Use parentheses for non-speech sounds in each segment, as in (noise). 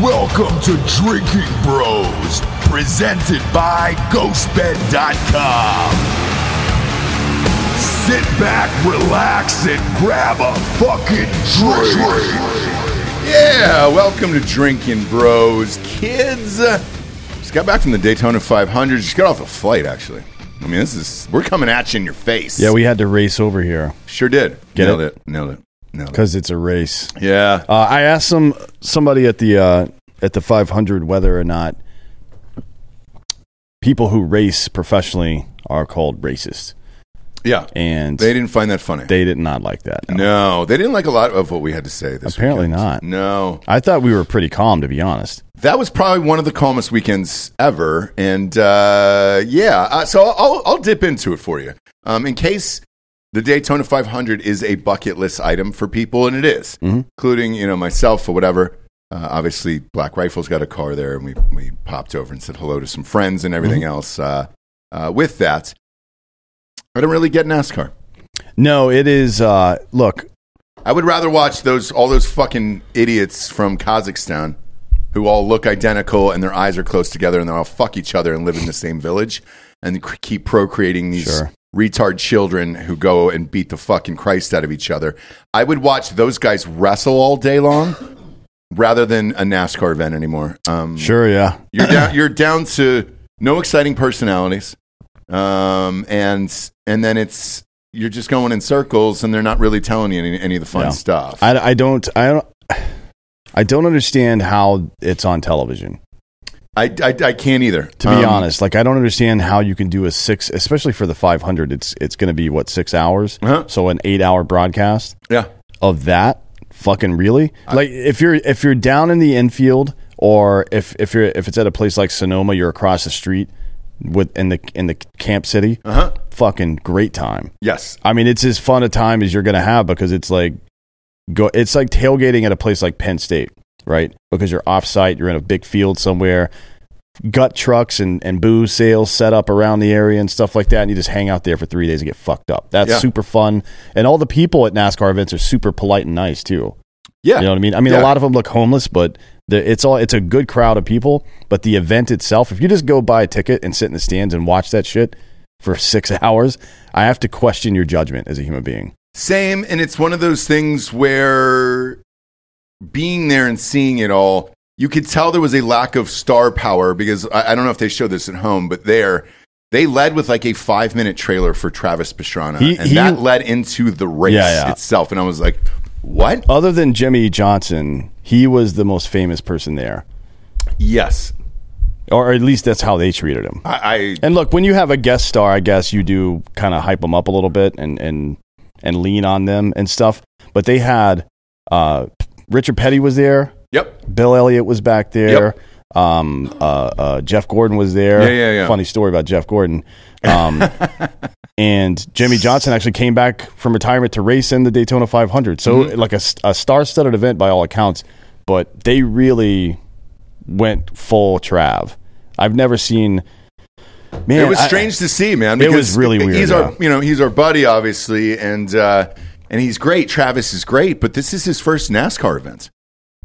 Welcome to Drinking Bros, presented by GhostBed.com. Sit back, relax, and grab a fucking drink. Yeah, welcome to Drinking Bros, kids. Just got back from the Daytona 500. Just got off a flight, actually. I mean, this is we're coming at you in your face. Yeah, we had to race over here sure did. Get Nailed it? Nailed it. Nailed it. because it's a race. Yeah. Uh, I asked some somebody at the uh, at the 500 whether or not people who race professionally are called racist, Yeah. and They they, didn't find that funny. did not like that. no, they didn't like a lot of what we had to say this Apparently weekend. not. No. I thought we were pretty calm, to be honest. That was probably one of the calmest weekends ever, and uh, yeah, uh, so I'll, I'll dip into it for you um, in case the Daytona 500 is a bucket list item for people, and it is, Mm-hmm. including you know myself or whatever. Uh, obviously, Black Rifle's got a car there, and we we popped over and said hello to some friends and everything Mm-hmm. else. Uh, uh, with that, I don't really get NASCAR. No, it is. Uh, look, I would rather watch those all those fucking idiots from Kazakhstan who all look identical and their eyes are close together and they all fuck each other and live in the same village and c- keep procreating these Sure. retard children who go and beat the fucking Christ out of each other. I would watch those guys wrestle all day long rather than a NASCAR event anymore. Um, sure, yeah, you're down. You're down to no exciting personalities, um, and and then it's you're just going in circles, and they're not really telling you any, any of the fun Yeah. stuff. I, I don't, I don't, I don't understand how it's on television. I, I, I can't either. To be Um, honest, like I don't understand how you can do a six, especially for the 500. It's it's going to be what six hours, Uh-huh. so an eight hour broadcast yeah, of that. Fucking really? like if you're if you're down in the infield, or if if you're if it's at a place like Sonoma, you're across the street with in the in the camp city. uh huh, Fucking great time. yes, I mean, it's as fun a time as you're going to have because it's like go. It's like tailgating at a place like Penn State, right? Because you're offsite, you're in a big field somewhere. Gut trucks and and booze sales set up around the area and stuff like that, and you just hang out there for three days and get fucked up. That's Yeah. super fun, and all the people at NASCAR events are super polite and nice too. yeah, You know what I mean? I mean, Yeah. a lot of them look homeless, but the, it's all it's a good crowd of people. But the event itself, if you just go buy a ticket and sit in the stands and watch that shit for six (laughs) hours, I have to question your judgment as a human being. same. And it's one of those things where being there and seeing it all, you could tell there was a lack of star power because I, I don't know if they showed this at home, but there. They led with like a five minute trailer for Travis Pastrana, He- and he- that led into the race Yeah, yeah. itself. And I was like, "What? Other than Jimmy Johnson, he was the most famous person there, Yes, or at least that's how they treated him. I, I And look, when you have a guest star, I guess you do kind of hype them up a little bit and and and lean on them and stuff. But they had uh, Richard Petty was there. yep, Bill Elliott was back there. Um, uh, uh, Jeff Gordon was there. Yeah, yeah, yeah. Funny story about Jeff Gordon. (laughs) Um, and Jimmy Johnson actually came back from retirement to race in the Daytona 500. So, Mm-hmm. like a, s- a star studded event by all accounts, but they really went full Trav. I've never seen. Man, it was I- strange to see, man. It was because really weird, He's yeah. our, you know, he's our buddy, obviously, and uh, and he's great. Travis is great, but this is his first NASCAR event,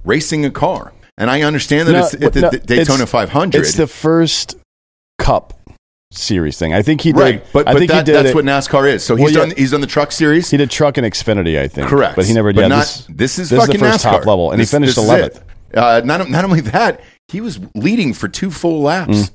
racing a car, and I understand that No, it's at the, no, the Daytona it's- 500. It's the first Cup series thing. I think he did. right, but, I but think that, he did that's it- what NASCAR is. So Well, he's yeah. done he's done the Truck Series. He did truck and Xfinity, I think. Correct, But he never did. But yeah, not, this, this, is this fucking the first NASCAR top level, and This- he finished this is eleventh. it. Uh, not not only that, he was leading for two full laps,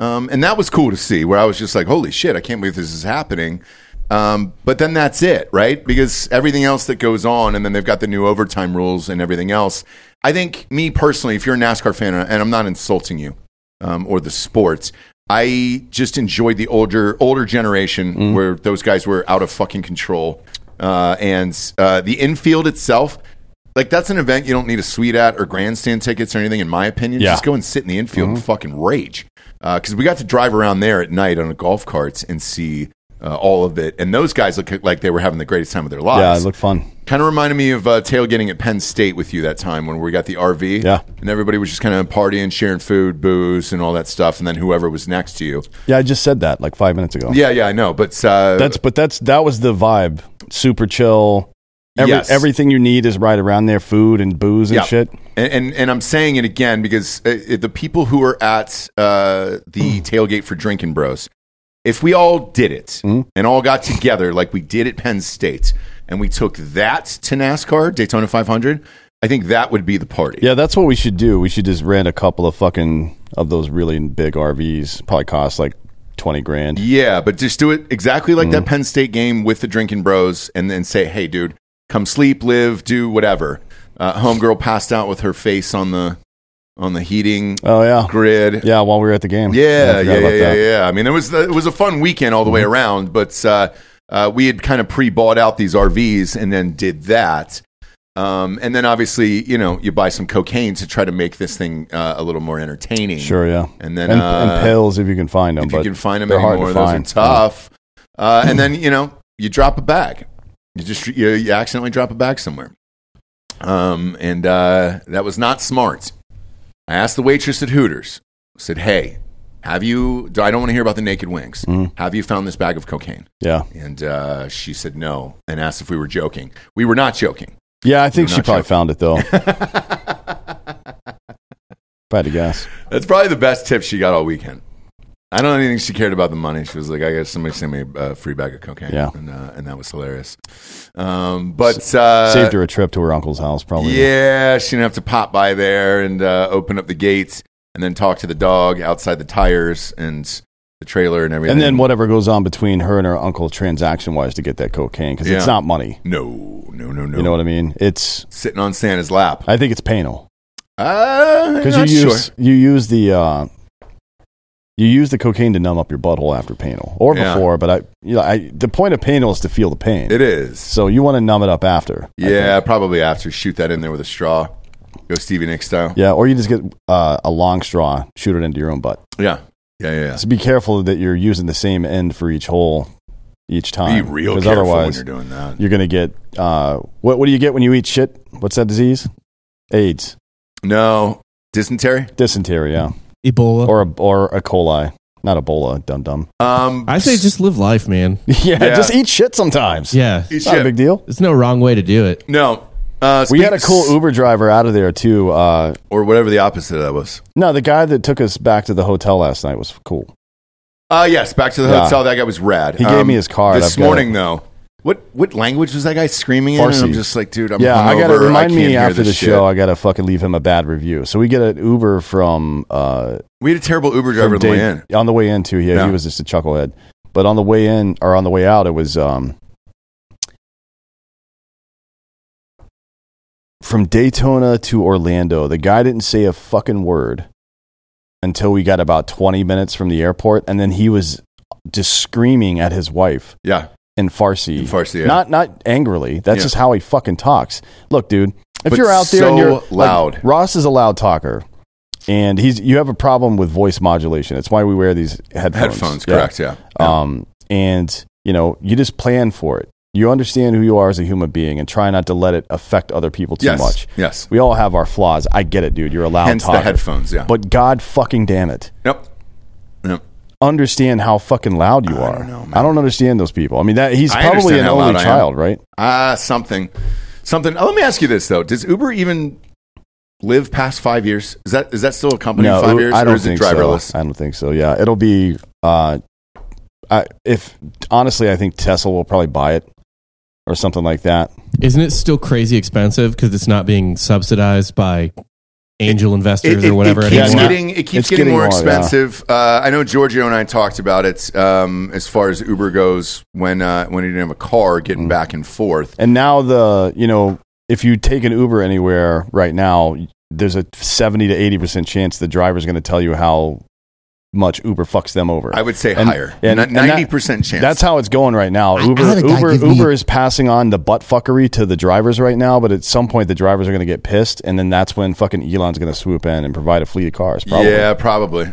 Mm. um, and that was cool to see. Where I was just like, "Holy shit, I can't believe this is happening." Um, but then that's it, right? Because everything else that goes on, and then they've got the new overtime rules and everything else. I think, me personally, if you're a NASCAR fan, and I'm not insulting you um, or the sports. I just enjoyed the older older generation Mm-hmm. where those guys were out of fucking control, uh, and uh, the infield itself. Like that's an event you don't need a suite at or grandstand tickets or anything. In my opinion, Yeah. Mm-hmm. just go and sit in the infield and fucking rage. Because we got to drive around there at night on a golf carts and see uh, all of it, and those guys look like they were having the greatest time of their lives. Yeah, it looked fun. Kind of reminded me of uh, tailgating at Penn State with you that time when we got the RV. Yeah. And everybody was just kind of partying, sharing food, booze, and all that stuff. And then whoever was next to you. Yeah, I just said that like five minutes ago. Yeah, yeah, I know. But uh, That's but that's that was the vibe. Super chill. Every, Yes. Everything you need is right around there food and booze and Yeah. shit. And, and and I'm saying it again because uh, it- the people who are at uh, the tailgate for Drinking Bros, if we all did it and all got together like we did at Penn State, and we took that to NASCAR Daytona 500, I think that would be the party. Yeah, that's what we should do. We should just rent a couple of fucking of those really big RVs. Probably cost like 20 grand. Yeah, but just do it exactly like Mm-hmm. that Penn State game with the Drinking Bros, and then say, "Hey, dude, come sleep, live, do whatever." Uh, homegirl passed out with her face on the on the heating Oh, yeah. grid. Yeah, while we were at the game. Yeah, I yeah, forgot yeah, about yeah, that. Mm-hmm. yeah. I mean, it was it was a fun weekend all the way around, but uh, uh, we had kind of pre-bought out these RVs and then did that, um, and then obviously, you know, you buy some cocaine to try to make this thing uh, a little more entertaining. Sure, yeah. And then and, uh, and pills if you can find them. if but you can find them they're hard anymore, to those are find. tough. Uh, and (clears throat) then you know, you drop a bag. You just you, you accidentally drop a bag somewhere, um, and uh, that was not smart. I asked the waitress at Hooters. Said, "Hey, have you? I don't want to hear about the naked wings. Mm-hmm. Have you found this bag of cocaine?" yeah. And uh, she said no, and asked if we were joking. We were not (laughs) joking. Yeah, I think We're she not probably sure. found it though. if I had to guess. That's probably the best tip she got all weekend. I don't think she cared about the money. She was like, "I guess somebody sent me a free bag of cocaine," Yeah. and, uh, and that was hilarious. Um, but uh, Saved her a trip to her uncle's house, probably. Yeah, she didn't have to pop by there and uh, open up the gates and then talk to the dog outside the tires and the trailer and everything. And then whatever goes on between her and her uncle transaction wise to get that cocaine because Yeah. it's not money. No, no, no, no. You know what I mean? It's Sitting on Santa's lap. I think it's penal Uh, because not you sure. use you use the uh, you use the cocaine to numb up your butthole after penal or Yeah. before. But I, you know, I the point of penal is to feel the pain. It is. so you want to numb it up after. I Yeah, probably after shoot that in there with a straw. Go Stevie Nicks style. Yeah, or you just get uh, a long straw, shoot it into your own butt. Yeah, yeah, yeah. yeah. So be careful that you're using the same end for each hole each Be time. real 'cause careful when otherwise you're you're, doing that. going to get uh, what? What do you get when you eat shit? What's that disease? AIDS, No dysentery. dysentery, yeah, Ebola. or a, or a coli, not Ebola, dum dum. (laughs) Um, I (laughs) say just live life, man. yeah, Yeah. just eat shit sometimes. Yeah. Eat not shit. a big deal. There's no wrong way to do it. no. Uh, We had a speak- cool Uber driver out of there too. Uh, or whatever the opposite of that was. no, the guy that took us back to the hotel last night was cool. Uh, yes, back to the Yeah. hotel. That guy was rad. Um, He gave me his card. this I've got morning, though. What what language was that guy screaming in? And Farsi. I'm just like, dude, I'm yeah, I hungover. gotta remind can't me hear after the this shit. show. I gotta fucking leave him a bad review. So we get an Uber from uh, We had a terrible Uber driver on from the way Dave- in. on the way in too. Yeah, Yeah. he was just a chucklehead. But on the way in or on the way out, it was um, from Daytona to Orlando. The guy didn't say a fucking word until we got about twenty minutes from the airport, and then he was just screaming at his wife Yeah, in Farsi. In Farsi, yeah. Not not angrily. That's Yeah. just how he fucking talks. Look, dude, if But you're out there so and you're like, loud. Ross is a loud talker. And he's you have a problem with voice modulation. It's why we wear these headphones. headphones, Yeah. correct? Yeah. Uh, Um and you know, you just plan for it. You understand who you are as a human being and try not to let it affect other people too yes. much. Yes. We all have our flaws. I get it, dude. You're a loud Hence talker. the headphones. Yeah. But God fucking damn it nope. Nope. understand how fucking loud you are. I don't, know, man. understand those people. I mean, that he's I probably understand an how only loud I am. child, right? Ah, something, something. Oh, let me ask you this though: Does Uber even live past five years? Is that is that still a company in five it- years, I don't or is it think driverless? So. I don't think so. Yeah, it'll be. Uh, I, if honestly, I think Tesla will probably buy it or something like that. Isn't it still crazy expensive because it's not being subsidized by angel investors or whatever? keeps Yeah, anymore? now- getting, it keeps it's getting, getting more more, yeah. expensive. Uh, I know Giorgio and I talked about it um, as far as Uber goes when uh, when he didn't have a car getting Mm. back and forth. And now the you know if you take an Uber anywhere right now, there's a seventy to eighty percent chance the driver's going to tell you how much Uber fucks them over. I would say And- higher, and- and that- ninety percent chance. That's how it's going right now. had Uber a guy Uber give me- Uber is passing on the butt fuckery to the drivers right now, but at some point the drivers are going to get pissed, and then that's when fucking Elon's going to swoop in and provide a fleet of cars. Probably. yeah, probably.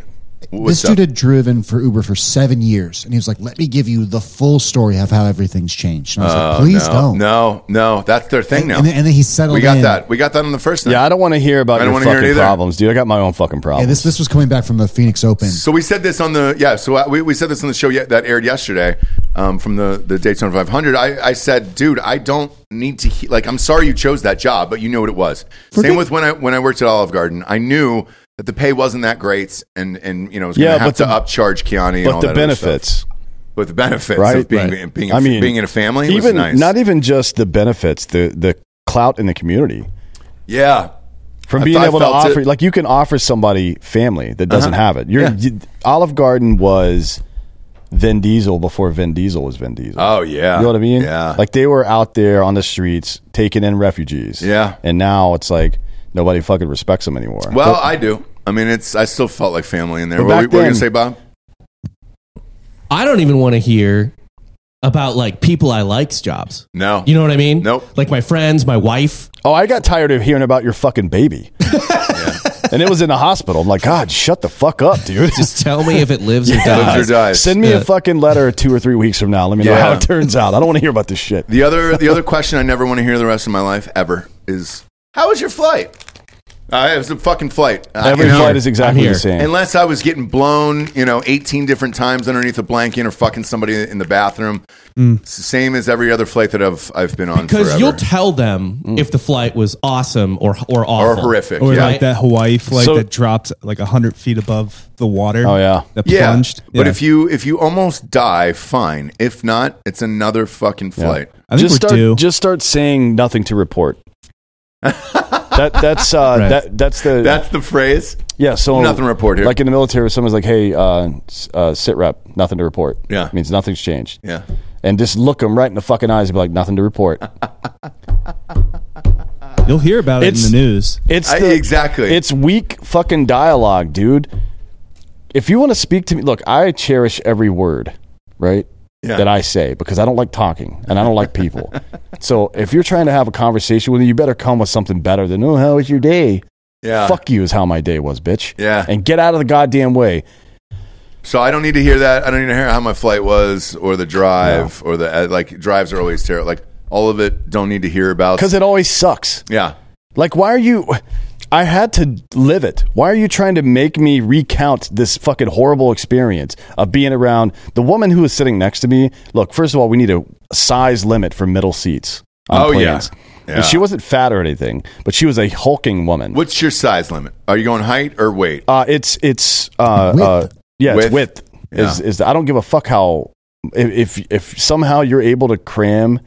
What's this up? dude had driven for Uber for seven years, and he was like, "Let me give you the full story of how everything's changed." And I was Oh, like, "Please no, don't." No, no, that's their thing and, now. and then, and then he settled. we got in. that. We got that on the first. night. Yeah, I don't want to hear about I don't your wanna hear it fucking either. problems, dude. I got my own fucking problems. Yeah, this this was coming back from the Phoenix Open. So we said this on the yeah. So uh, we, we said this on the show yet that aired yesterday. um, from the, the Daytona 500, I, I said, dude, I don't need to, he- like, I'm sorry you chose that job, but you knew what it was. Same with when I, when I worked at Olive Garden, I knew that the pay wasn't that great and, and you know, it was going Yeah, to have but the- to upcharge Keanu and all But the that other stuff. benefits, But the benefits right? of being, Right. being, being in a family even was nice. not even just the benefits, the the clout in the community e- yeah. from I- being I able to felt it. offer, like you can offer somebody family that doesn't Uh-huh. have it. You're, Yeah. you- Olive Garden was Vin Diesel before Vin Diesel was Vin Diesel. Oh, yeah. You know what I mean? Yeah. Like they were out there on the streets taking in refugees. Yeah. And now it's like nobody fucking respects them anymore. Well, I do. I mean, it's I still felt like family in there. But What were, back what were you then- gonna say, Bob? I don't even want to hear about like people I like's jobs. No, You know what I mean? Nope. Like my friends, my wife. oh, I got tired of hearing about your (laughs) fucking baby. And it was in the hospital. I'm like, God, shut the fuck up, (laughs) dude. Just tell me if it lives or Lives or dies. dies. Send me Yeah. a fucking letter two or three weeks from now. Let me know Yeah. how it turns out. I don't want to hear about this shit. the other the other (laughs) question I never want to hear the rest of my life ever is how was your flight? Uh, it was a fucking flight. Uh, Every you know, flight is exactly here. the same. Unless I was getting blown, you know, 18 different times underneath a blanket or fucking somebody in the bathroom. It's the same as every other flight that I've I've been on Because forever. Mm. you'll tell them if the flight was awesome or or awful horrific. Or Yeah. like that Hawaii flight So- that dropped like hundred feet above the water. Oh, yeah. that yeah, plunged. but Yeah. if you if you almost die, fine. If not, it's another fucking flight. I think just we're start, due. Just start saying nothing (laughs) to report. that that's uh, Right. that that's the That's the phrase. yeah. So nothing to report here. Like in the military, someone's like, "Hey, uh, s- uh, sit rep, nothing to report." Yeah. means nothing's changed. Yeah. And just look them right in the fucking eyes and be like, "Nothing to report." (laughs) You'll hear about it in It's- the news. It's I- the, exactly. It's weak fucking dialogue, dude. If you want to speak to me, look, I cherish every word, right? Yeah. That I say because I don't like talking and I don't like people. (laughs) so if you're trying to have a conversation with me, you better come with something better than, "Oh, how was your day?" Yeah. Fuck you is how my day was, bitch. Yeah. And get out of the goddamn way. So I don't need to hear that. I don't need to hear how my flight was or the drive or the uh, like. Drives are always terrible. Like all of it. Don't need to hear about. Because it always sucks. yeah, Like, why are you. I had to live it. Why are you trying to make me recount this fucking horrible experience of being around the woman who was sitting next to me? Look, first of all, we need a size limit for middle seats. On Oh, yeah. planes. Yeah. And she wasn't fat or anything, but she was a hulking woman. What's your size limit? Are you going height or weight? Uh, it's it's uh, Width. uh yeah, it's Width. width. Is is I don't give a fuck how if if- if somehow you're able to cram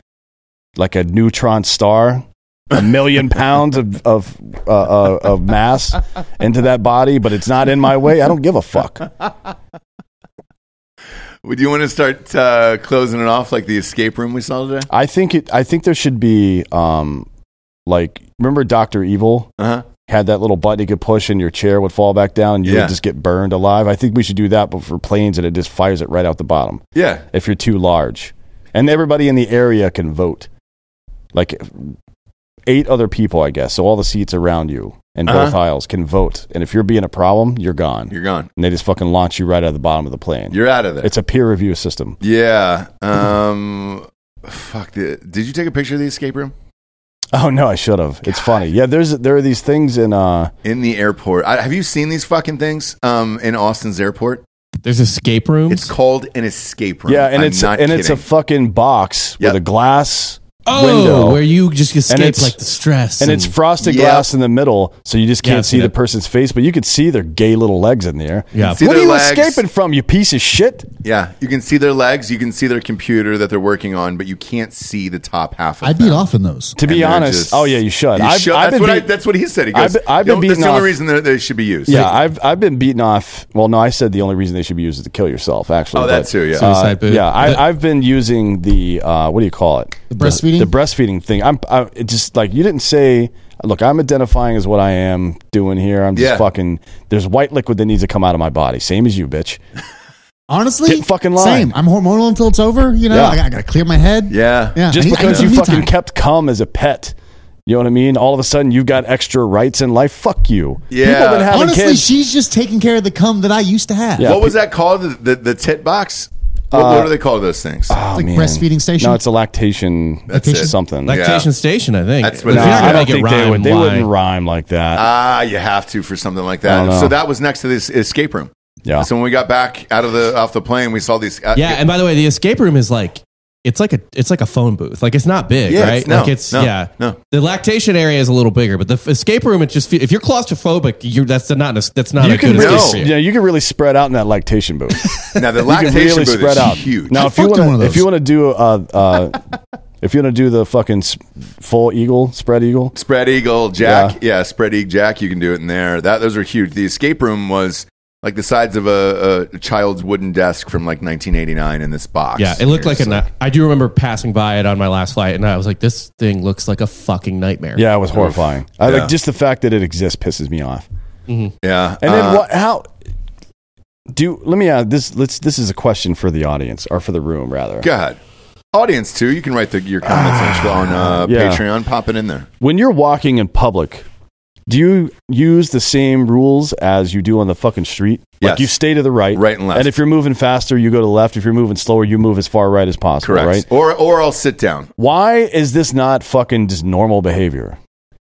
like a neutron star, (laughs) a million pounds of of uh, uh, of mass into that body, but it's not in my way. I don't give a fuck. Would you want to start uh, closing it off like the escape room we saw today? I think it. I think there should be um like remember Doctor Evil. Uh huh. Had that little button you could push, and your chair would fall back down, and you Yeah. would just get burned alive. I think we should do that, but for planes, and it just fires it right out the bottom. Yeah. if you're too large. And everybody in the area can vote. Like eight other people, I guess. So all the seats around you in both Uh-huh. aisles can vote. And if you're being a problem, you're gone. You're gone. and they just fucking launch you right out of the bottom of the plane. You're out of there. it's a peer review system. yeah. Um. Fuck. The, did you take a picture of the escape room Oh no, I should have. It's funny. Yeah, there's there are these things in uh in the airport? I, have you seen these fucking things? Um, in Austin's airport, There's escape rooms. it's called an escape room. yeah, and I'm it's not and it's a kidding. fucking box Yep. with a glass oh, window. where you just escape it's- like the stress. and it's frosted Yeah. glass in the middle, so you just Yeah, can't I've see seen the it. person's face, but you could see their gay little legs in there. Yeah. See what are their you legs. escaping from, you piece of shit? Yeah, you can see their legs, you can see their computer that they're working on, but you can't see the top half of I them. beat off in those. To be And they're honest, just- oh yeah, you should. I've, should- that's, I've been what I, beat- that's what he said. He goes, I've been- I've been "You know, That's beaten the only off- reason that they should be used. yeah, I've I've been beaten off. Well, no, I said the only reason they should be used is to kill yourself. Oh, Actually, but, that too, yeah. uh, Suicide boot. yeah, But- I, I've been using the uh, what do you call it? The breastfeeding? The, breastfeeding thing. I'm I, it's just like you didn't say. Look, I'm identifying as what I am doing here. I'm just Yeah. fucking. There's white liquid that needs to come out of my body, same as you, bitch. Honestly, Get fucking line. Same. I'm hormonal until it's over. You know, Yeah. I, got- I gotta clear my head. yeah, Yeah. Just I need- I because need you some me fucking time. kept cum as a pet, you know what I mean? All of a sudden, you've got extra rights in life. Fuck you. Yeah. People been having Honestly, kids. she's just taking care of the cum that I used to have. Yeah. Uh, What was that called? The, the, the tit box? What, what do they call those things? Oh, Like man. breastfeeding station? No, it's a lactation. That's it. something. lactation yeah. station. I think That's what If it you're is. gonna I don't make it think they rhyme, would. They why? wouldn't rhyme like that. ah, you have to for something like I don't that. know. So that was next to this escape room. Yeah. So when we got back out of the off the plane, we saw these. uh, Yeah, and by the way, the escape room is like it's like a it's like a phone booth. Like it's not big, Yeah, right? it's- no, like it's no, yeah. no. The lactation area is a little bigger, but the f- escape room it just fe- if you're claustrophobic, you that's not a, that's not You a can good really, escape. for you. yeah, you can really spread out in that lactation booth. now the (laughs) you can lactation really booth spread is out. huge. Now, I if you fucked in want one to, of if you those. want to do uh, uh, (laughs) if you want to do the fucking s- full eagle, spread eagle, spread eagle jack yeah. spread eagle jack you can do it in there that those are huge the escape room was like the sides of a, a child's wooden desk from like 1989 in this box Yeah, it looked You're like a. just ni- I do remember passing by it on my last flight, and I was like, "This thing looks like a fucking nightmare." yeah, it was horrifying. I, Yeah. like just the fact that it exists pisses me off. yeah And then Uh, what? How do? Let me add this. Let's. This is a question for the audience or for the room rather. go ahead audience too you can write the, your comments Ah, on, uh, Yeah. patreon pop it in there When you're walking in public, do you use the same rules as you do on the fucking street? Yes. Like you stay to the right, Right and left. And if you're moving faster, you go to the left. If you're moving slower, you move as far right as possible. correct Right? or or i'll sit down Why is this not fucking just normal behavior?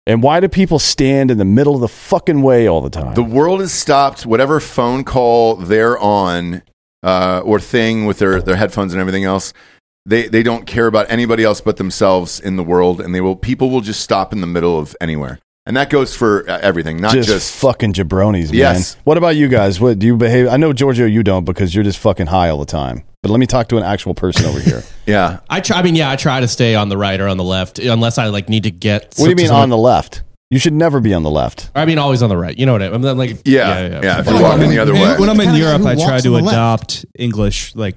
And why do people stand in the middle of the fucking way all the time? the world has stopped whatever phone call they're on uh, or thing with their, their headphones and everything else they, they don't care about anybody else but themselves in the world and they will people will just stop in the middle of anywhere and that goes for uh, everything not just, just, fucking jabronis, man. Yes. What about you guys? What do you behave? I know Giorgio, you don't because you're just fucking high all the time. But let me talk to an actual person over (laughs) here. yeah I try. I mean, yeah, I try to stay on the right or on the left, unless I like need to get. what do you mean on the left? You should never be on the left. I mean, always on the right. You know what I mean? I'm like, yeah yeah, if you're Like, walking when the you- other when- way When I'm in Kinda Europe, who I try walks to on the left? adopt English like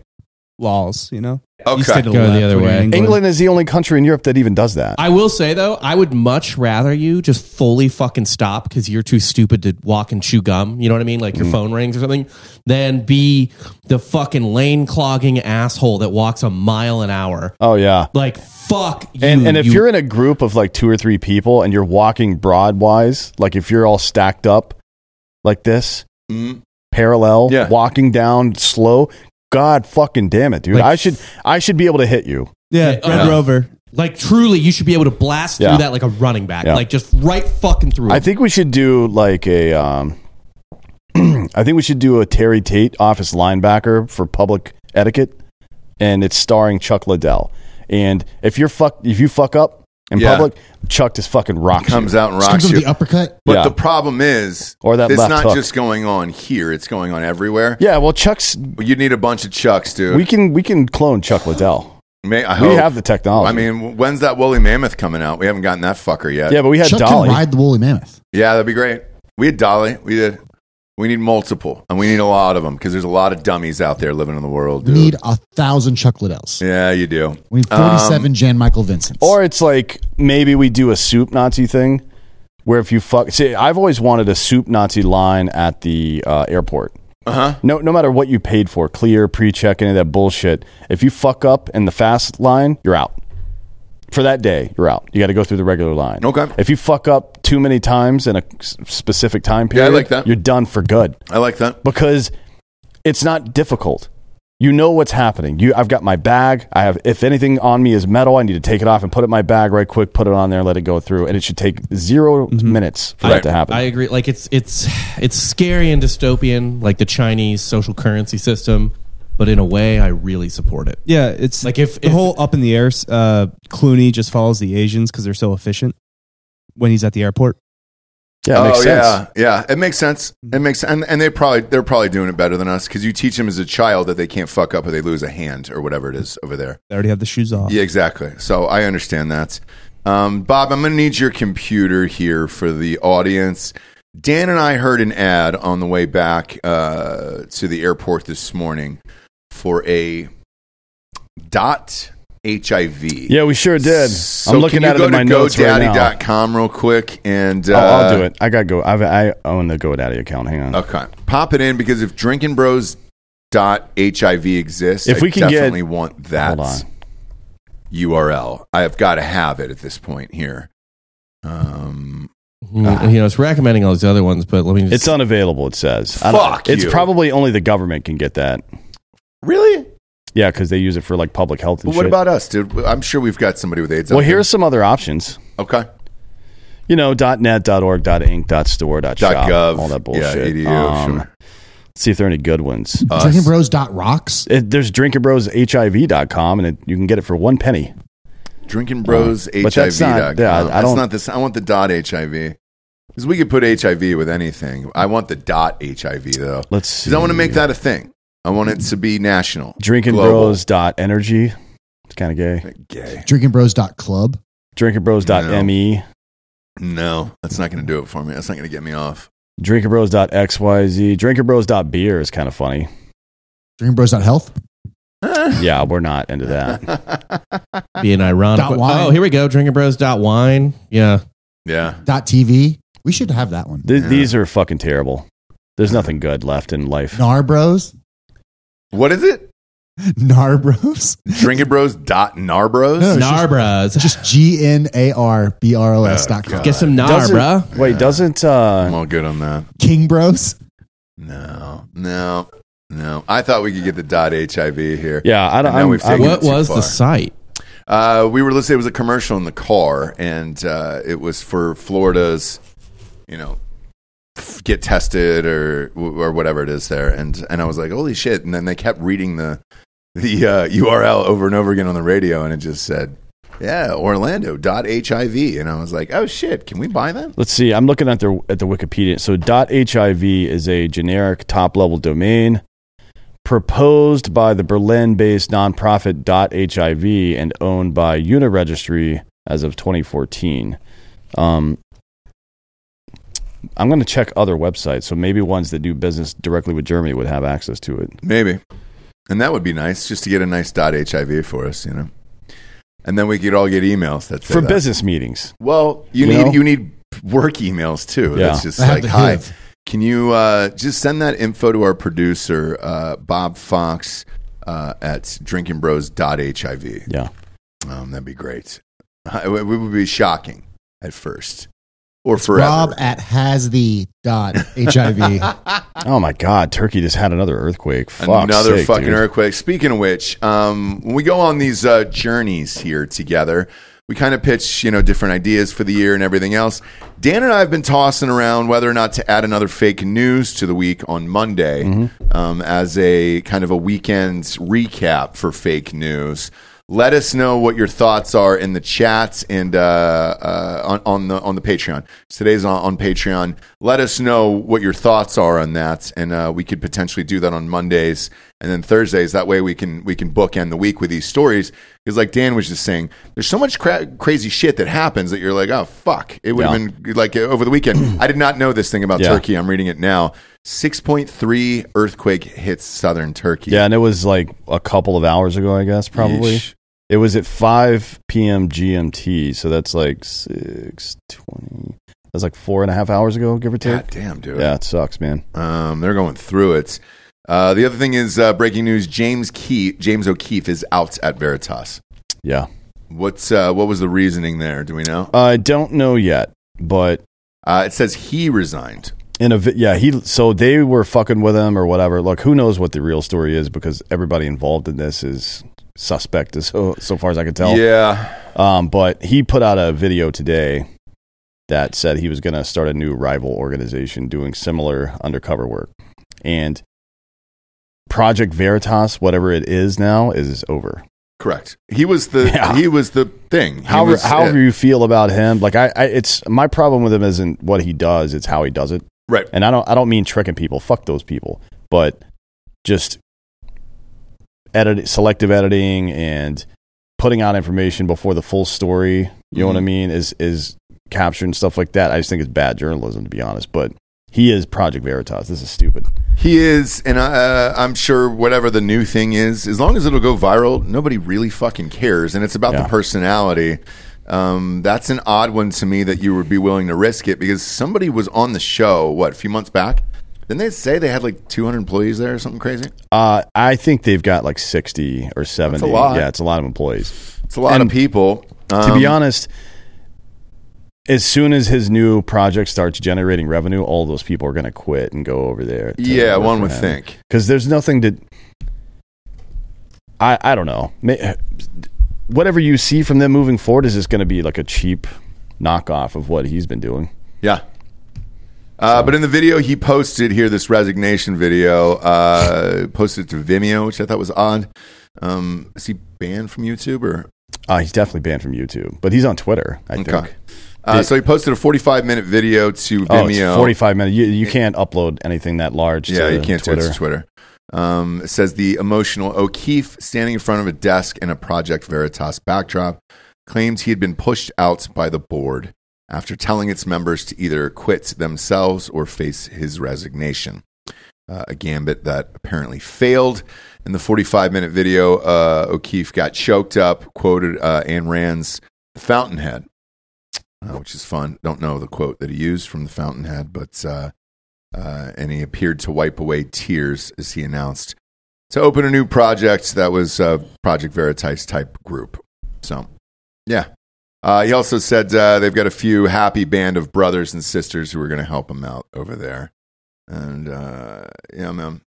laws. You know, You stay okay to Go the left other when you're in way. England is the only country in Europe that even does that. I will say though, I would much rather you just fully fucking stop because you're too stupid to walk and chew gum. You know what I mean? Like Mm-hmm. your phone rings or something, than be the fucking lane clogging asshole that walks a mile an hour. oh yeah. Like fuck you. And, and if you- you, are in a group of like two or three people and you're walking broadwise, like if you're all stacked up like this, Mm-hmm. Mhm. parallel, Yeah. walking down slow, God fucking damn it, dude! Like- I should I should be able to hit you. Yeah, yeah, Red yeah. Rover. like truly, you should be able to blast Yeah. through that like a running back, Yeah. like just right fucking through. I it. think we should do like a. Um, (clears throat) I think we should do a Terry Tate office linebacker for public etiquette, and it's starring Chuck Liddell. And if you're fuck, if you fuck up in Yeah. public, Chuck just fucking rocks comes you. out and Just rocks comes you with the uppercut. but Yeah. the problem is Or that it's left not hook. just going on here it's going on everywhere Yeah, well, Chuck's. you need a bunch of chucks dude We can we can clone Chuck Liddell. May, I We hope. have the technology. I mean, uh, when's that woolly mammoth coming out? We haven't gotten that fucker yet. yeah, but we had Chuck Dolly. can ride the woolly mammoth. Yeah, that'd be great. We had Dolly. We did. We need multiple, and we need a lot of them because there's a lot of dummies out there living in the world, dude. Need a thousand Chuck Liddells. yeah, you do. We need Um, thirty-seven Jan Michael Vincents. Or it's like maybe we do a soup Nazi thing where if you fuck. See, I've always wanted a soup Nazi line at the uh, airport. Uh-huh. Uh huh. No, no matter what you paid for, clear, pre check, any of that bullshit. If you fuck up in the fast line, you're out. For that day, you're out. You got to go through the regular line. Okay. If you fuck up too many times in a s- specific time Yeah, I period, like that. you're done for good I like that. because it's not difficult. You know what's happening. You, I've got my bag. I have, if anything on me is metal, I need to take it off and put it in my bag right quick. Put it on there, let it go through, and it should take 0 minutes for Right. that to happen. I agree. Like it's it's it's scary and dystopian, like the Chinese social currency system. But in a way, I really support it. Yeah, it's Like, if- the if- whole up in the air. Uh, Clooney just follows the Asians because they're so efficient when he's at the airport. yeah, it makes oh sense. Mm-hmm. yeah, yeah. It makes sense. It makes and and they probably they're probably doing it better than us because you teach them as a child that they can't fuck up or they lose a hand or whatever it is over there. They already have the shoes off. Yeah, exactly. So I understand that. Um, Bob, I'm going to need your computer here for the audience. Dan and I heard an ad on the way back uh, to the airport this morning for a dot HIV. Yeah, we sure did. So I'm looking can you at it go in my to notes right now. GoDaddy.com real quick, and uh, oh, I'll do it. I got go. I've, I own the GoDaddy account. Hang on. Okay, pop it in because if Drinking Bros. Dot HIV exists. If I we can get- definitely want that Hold on. URL. I have got to have it at this point here. Um, Mm, You know, it's recommending all these other ones, but let me just. It's unavailable. It says. I don't- Fuck It's you. probably only the government can get that. really? Yeah, because they use it for like public health and But what shit. about us, dude? I'm sure we've got somebody with AIDS. well, out there. here's some other options. okay. you know, .net, .org, .inc, .store, .shop, Dot gov. all that bullshit. Yeah, edu. Um, sure. See if there are any good ones. Us. Drinking Bros dot rocks. It, there's drinkingbros.hiv.com, and it, you can get it for one penny. Drinking Bros Uh, HIV. but that's not- yeah, I that's don't- not this. I want the dot HIV. Because we could put HIV with anything. I want the dot HIV though. Let's see. Because I want to make that a thing. I want it to be national. global. drinkingbros.energy. It's kind of gay. Gay. Drinking Bros dot club. drinkingbros.me. No, that's not going to do it for me. That's not going to get me off. drinkingbros.xyz. drinkingbros.beer is kind of funny. Drinking Bros dot health. Yeah, we're not (laughs) into that. Being ironic. Dot wine. Oh, here we go. Drinking Bros. Dot wine. Yeah. Yeah. Dot TV. We should have that one. Th- Yeah. These are fucking terrible. There's nothing good left in life. Nar Bros. What is it? Nar Bros. Drinking Bros dot Narbros? Oh, No, it's just- Narbras. (laughs) Just G N A R B R O S dot com. God. Get some gnar, Doesn't- bruh. Wait, doesn't I'm uh all good on that. King Bros. No, no, no. I thought we could get the dot HIV here. yeah, I don't And now I'm, we've I'm- taken- What too was far. the site? Uh, we were listening. It was a commercial in the car, and uh, it was for Florida's, you know, f- get tested or or whatever it is there. And and I was like, holy shit! And then they kept reading the the uh, URL over and over again on the radio, and it just said, yeah, Orlando dot HIV. And I was like, oh shit, can we buy that? Let's see. I'm looking at their at the Wikipedia. So .hiv is a generic top-level domain proposed by the Berlin-based nonprofit .hiv and owned by Uniregistry as of 2014. Um, I'm going to check other websites. So maybe ones that do business directly with Germany would have access to it. Maybe. And that would be nice, just to get a nice dot HIV for us, you know. And then we could all get emails that say For that. business meetings. Well, you, You need know? you need work emails too. Yeah. That's just I have like the hi. HIV. Can you uh, just send that info to our producer, uh, Bob Fox, uh, at drinkingbros.hiv? Yeah. Um, that'd be great. It would it would be shocking at first, or forever. Rob at has the dot (laughs) HIV. Oh my God, Turkey just had another earthquake. Fuck's Another sake, fucking dude. earthquake. Speaking of which, um, when we go on these uh, journeys here together, we kind of pitch, you know, different ideas for the year and everything else. Dan and I have been tossing around whether or not to add another fake news to the week on Monday Mm-hmm. um, as a kind of a weekend's recap for fake news. Let us know what your thoughts are in the chats and uh, uh, on, on the on the Patreon. Today's on, on Patreon. Let us know what your thoughts are on that, and uh, we could potentially do that on Mondays and then Thursdays. That way, we can we can bookend the week with these stories. Because, like Dan was just saying, there's so much cra- crazy shit that happens that you're like, oh fuck, it would have Yeah. been like uh, over the (clears throat) weekend. I did not know this thing about Yeah. Turkey. I'm reading it now. 6.3 earthquake hits southern Turkey. Yeah, and it was like a couple of hours ago, I guess, probably. Yeesh. It was at 5 p.m. GMT, so that's like 6.20. That's like four and a half hours ago, give or take. God damn, dude. Yeah, it sucks, man. Um, they're going through it. Uh, the other thing is uh, breaking news: James Keefe, James O'Keefe is out at Veritas. Yeah. What's uh, what was the reasoning there? Do we know? I don't know yet, but Uh, it says he resigned. in a vi- yeah, he so they were fucking with him or whatever. Look, who knows what the real story is because everybody involved in this is suspect (laughs) as so, so far as I can tell. Yeah, Um, but he put out a video today that said he was going to start a new rival organization doing similar undercover work. And Project Veritas, whatever it is now, is over. correct. He was the Yeah. he was the thing. He However, was however it. you feel about him, like I, I, it's my problem with him isn't what he does; it's how he does it. right? And I don't, I don't mean tricking people. Fuck those people. But just edit, selective editing, and putting out information before the full story. You know what I Mhm. mean? Is is captured and stuff like that. I just think it's bad journalism, to be honest. But he is Project Veritas. This is stupid. He is, and uh, I'm sure whatever the new thing is, as long as it'll go viral, nobody really fucking cares. And it's about Yeah. the personality. Um, that's an odd one to me that you would be willing to risk it because somebody was on the show what a few months back. Didn't they say they had like 200 employees there or something crazy? Uh, I think they've got like sixty or seventy. lot. Yeah, it's a lot of employees. It's a lot And of people. to be Um, honest, as soon as his new project starts generating revenue, all those people are going to quit and go over there. yeah, one would think. because there's nothing to. I I don't know. May- Whatever you see from them moving forward is just going to be like a cheap knockoff of what he's been doing. Yeah. Uh, but in the video he posted here, this resignation video, uh, posted to Vimeo, which I thought was odd. Um, is he banned from YouTube or Uh, he's definitely banned from YouTube, but he's on Twitter. I think. Okay. Uh, so he posted a 45 minute video to Vimeo. Oh, it's 45 minutes. You, you can't upload anything that large. Yeah, to you can't Twitter. Twitter. Twitter. Um, it says the emotional O'Keefe standing in front of a desk in a Project Veritas backdrop claims he had been pushed out by the board after telling its members to either quit themselves or face his resignation. Uh, a gambit that apparently failed. In the 45 minute video, uh, O'Keefe got choked up, quoted uh, Ayn Rand's The Fountainhead, uh, which is fun. Don't know the quote that he used from The Fountainhead, but uh, uh, and he appeared to wipe away tears as he announced to open a new project that was uh, Project Veritas type group. So, yeah. Uh, he also said uh, they've got a few happy band of brothers and sisters who are going to help him out over there. And uh, yeah, man,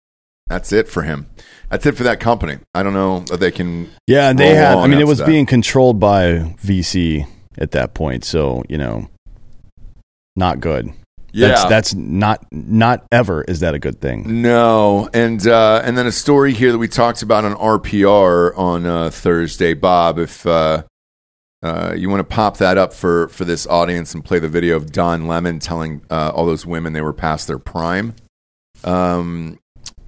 that's it for him. That's it for that company. I don't know that they can. Yeah, and they roll had. on I mean, it after was that. being controlled by VC at that point, so you know, not good. Yeah, that's, that's not not ever is that a good thing. No, and uh, and then a story here that we talked about on RPR on uh, Thursday, Bob. If uh, uh, you want to pop that up for for this audience and play the video of Don Lemon telling uh, all those women they were past their prime, um,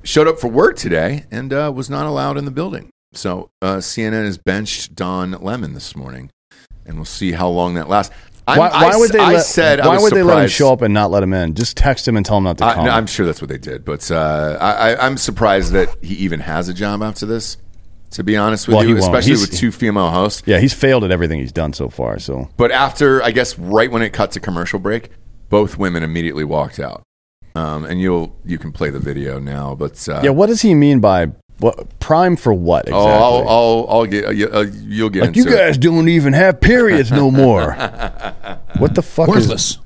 showed up for work today and uh, was not allowed in the building. So uh, CNN has benched Don Lemon this morning, and we'll see how long that lasts. I'm- Why, I why would s- they? I let, said I why was would they let him surprised. show up and not let him in? Just text him and tell him not to I, come. no, I'm sure that's what they did, but uh, I, I, I'm surprised that he even has a job after this. To be honest with Well, you, he won't. especially He's- with two female hosts. yeah, he's failed at everything he's done so far. So But after, I guess, right when it cut to commercial break, both women immediately walked out. Um, and you'll you can play the video now, but uh, yeah, what does he mean by what, prime for what oh, exactly? I'll, I'll I'll get uh, you- uh, you'll get like into you it. guys don't even have periods (laughs) no more. what the fuck is Worthless.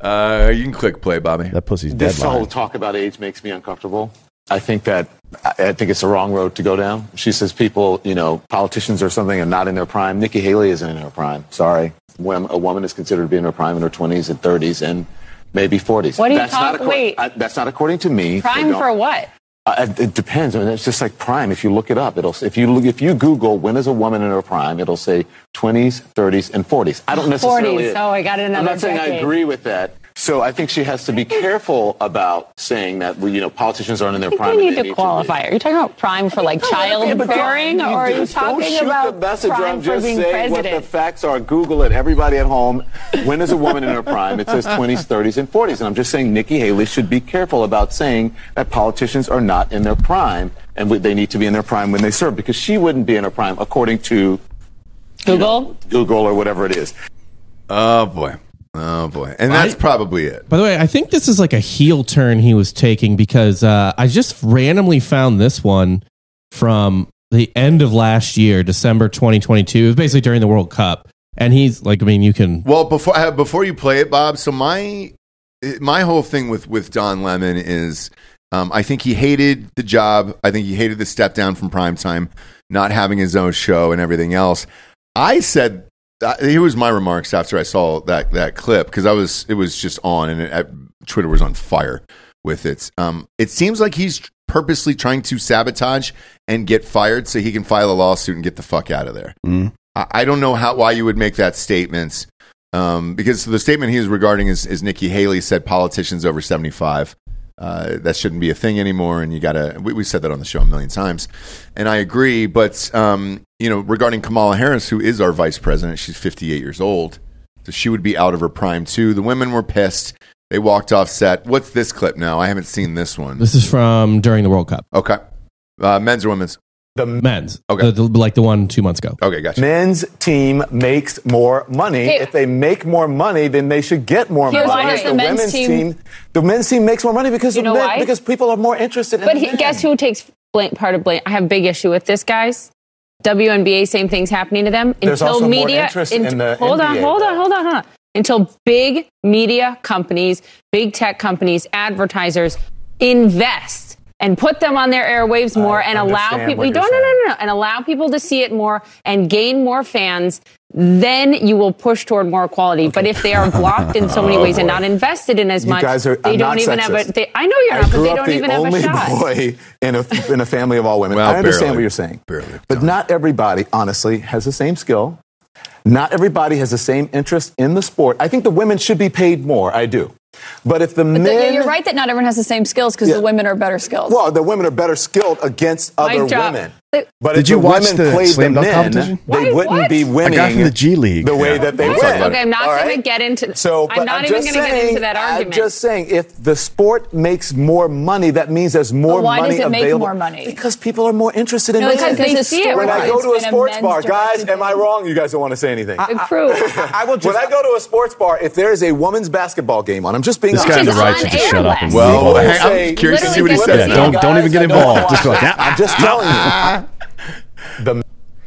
Uh, you can click play, Bobby. that pussy's This deadline? whole talk about age makes me uncomfortable. I think that I I think it's the wrong road to go down. She says people, you know, politicians or something are not in their prime. Nikki Haley isn't in her prime. Sorry. When a woman is considered to be in her prime in her 20s and 30s and maybe 40s. What are you that's talk- not accor- wait. I- that's not according to me. Prime Don't- for what? uh, it depends. I mean, it's just like prime. If you look it up, it'll if you look if you Google when is a woman in her prime, it'll say twenties, thirties, and forties. I don't necessarily. 40s. Oh, I got I'm another not saying I decade. agree with that. So I think she has to be careful about saying that. well, You know, politicians aren't in their I think prime. and we E need they to be. qualify. Are you talking about prime for like child Yeah, but don't- rearing, or are you just don't talking shoot the about messenger. prime I'm for just being saying What president? the facts are. Google it. Everybody at home. When is a woman in her prime? It says 20s, 30s, and 40s. And I'm just saying Nikki Haley should be careful about saying that politicians are not in their prime and we- they need to be in their prime when they serve because she wouldn't be in her prime according to Google. Google or whatever it is. Oh boy, oh boy, and that's probably it. By the way, I think this is like a heel turn he was taking because uh, I just randomly found this one from the end of last year, December 2022. It was basically during the World Cup. And he's like, I mean, you can. Well, before uh, before you play it, Bob. So my it- my whole thing with with Don Lemon is, um, I think he hated the job. I think he hated the step down from primetime, not having his own show and everything else. I said. Uh, here was my remarks after I saw that that clip because I was it was just on and it, uh, Twitter was on fire with it. Um, it seems like he's purposely trying to sabotage and get fired so he can file a lawsuit and get the fuck out of there. I, I don't know how why you would make that statement um, because the statement he is regarding is, is Nikki Haley said politicians over seventy five. Uh, that shouldn't be a thing anymore, and you gotta. We, we said that on the show a million times, and I agree. But um, you know, regarding Kamala Harris, who is our vice president, she's fifty-eight years old, so she would be out of her prime too. The women were pissed; they walked off set. What's this clip now? I haven't seen this one. This is from during the World Cup. Okay, uh, men's or women's? Men's. Okay. The- the- like the one two months ago. Okay, gotcha. Men's team makes more money. Hey. If they make more money, then they should get more Here's money. why If the men's team- the men's team makes more money because You the know men- why? because people are more interested. But in he, the guess men. who takes blame, part of blame? I have big issue with this, guys. WNBA, same things happening to them. There's Until also more media, interest in the hold on, NBA, hold on, though. hold on, hold on. Until big media companies, big tech companies, advertisers invest and put them on their airwaves more and allow understand people what no, you're no, no, no, no, and allow people to see it more and gain more fans, then you will push toward more equality. But if they are blocked (laughs) in so many ways and not invested in as Oh, You much, guys are- they I'm don't not even have a sexist. they, I know you're I not, but grew they up don't the even have only (laughs) a shot. boy in a, in a family of all women. Well, I understand barely. what you're saying. Barely. But not everybody, honestly, has the same skill. Not everybody has the same interest in the sport. I think the women should be paid more. I do. But if the But the- men. you're right that not everyone has the same skills because Yeah. the women are better skills. Well, the women are better skilled against Mic other drop. women. They- But Did if you the watch women the played slam the dunk men, competition? they Wait, wouldn't what? be A guy from winning. the G League. The way Yeah. that they What? win. Okay, I'm not All right? gonna get into- So, I'm but not I'm even just gonna get saying- into that argument. I'm just saying, if the sport makes more money, that means there's more But why money does it make available. more money? Because people are more interested in No, winning. because they see it When I right. go to a It's been a sports men's bar, guys, directed am I thing. wrong? You guys don't want to say anything. The crew. I will when I go to a sports bar, if there is a women's basketball game on, I'm just being This honest. guy has Which the is right to on just air shut up less. and Well, move Oh, on. hang- I'm curious to see what he Literally says. doesn't Yeah, don't don't even get I don't involved. watch Just go. it. "Ah, I'm just telling you.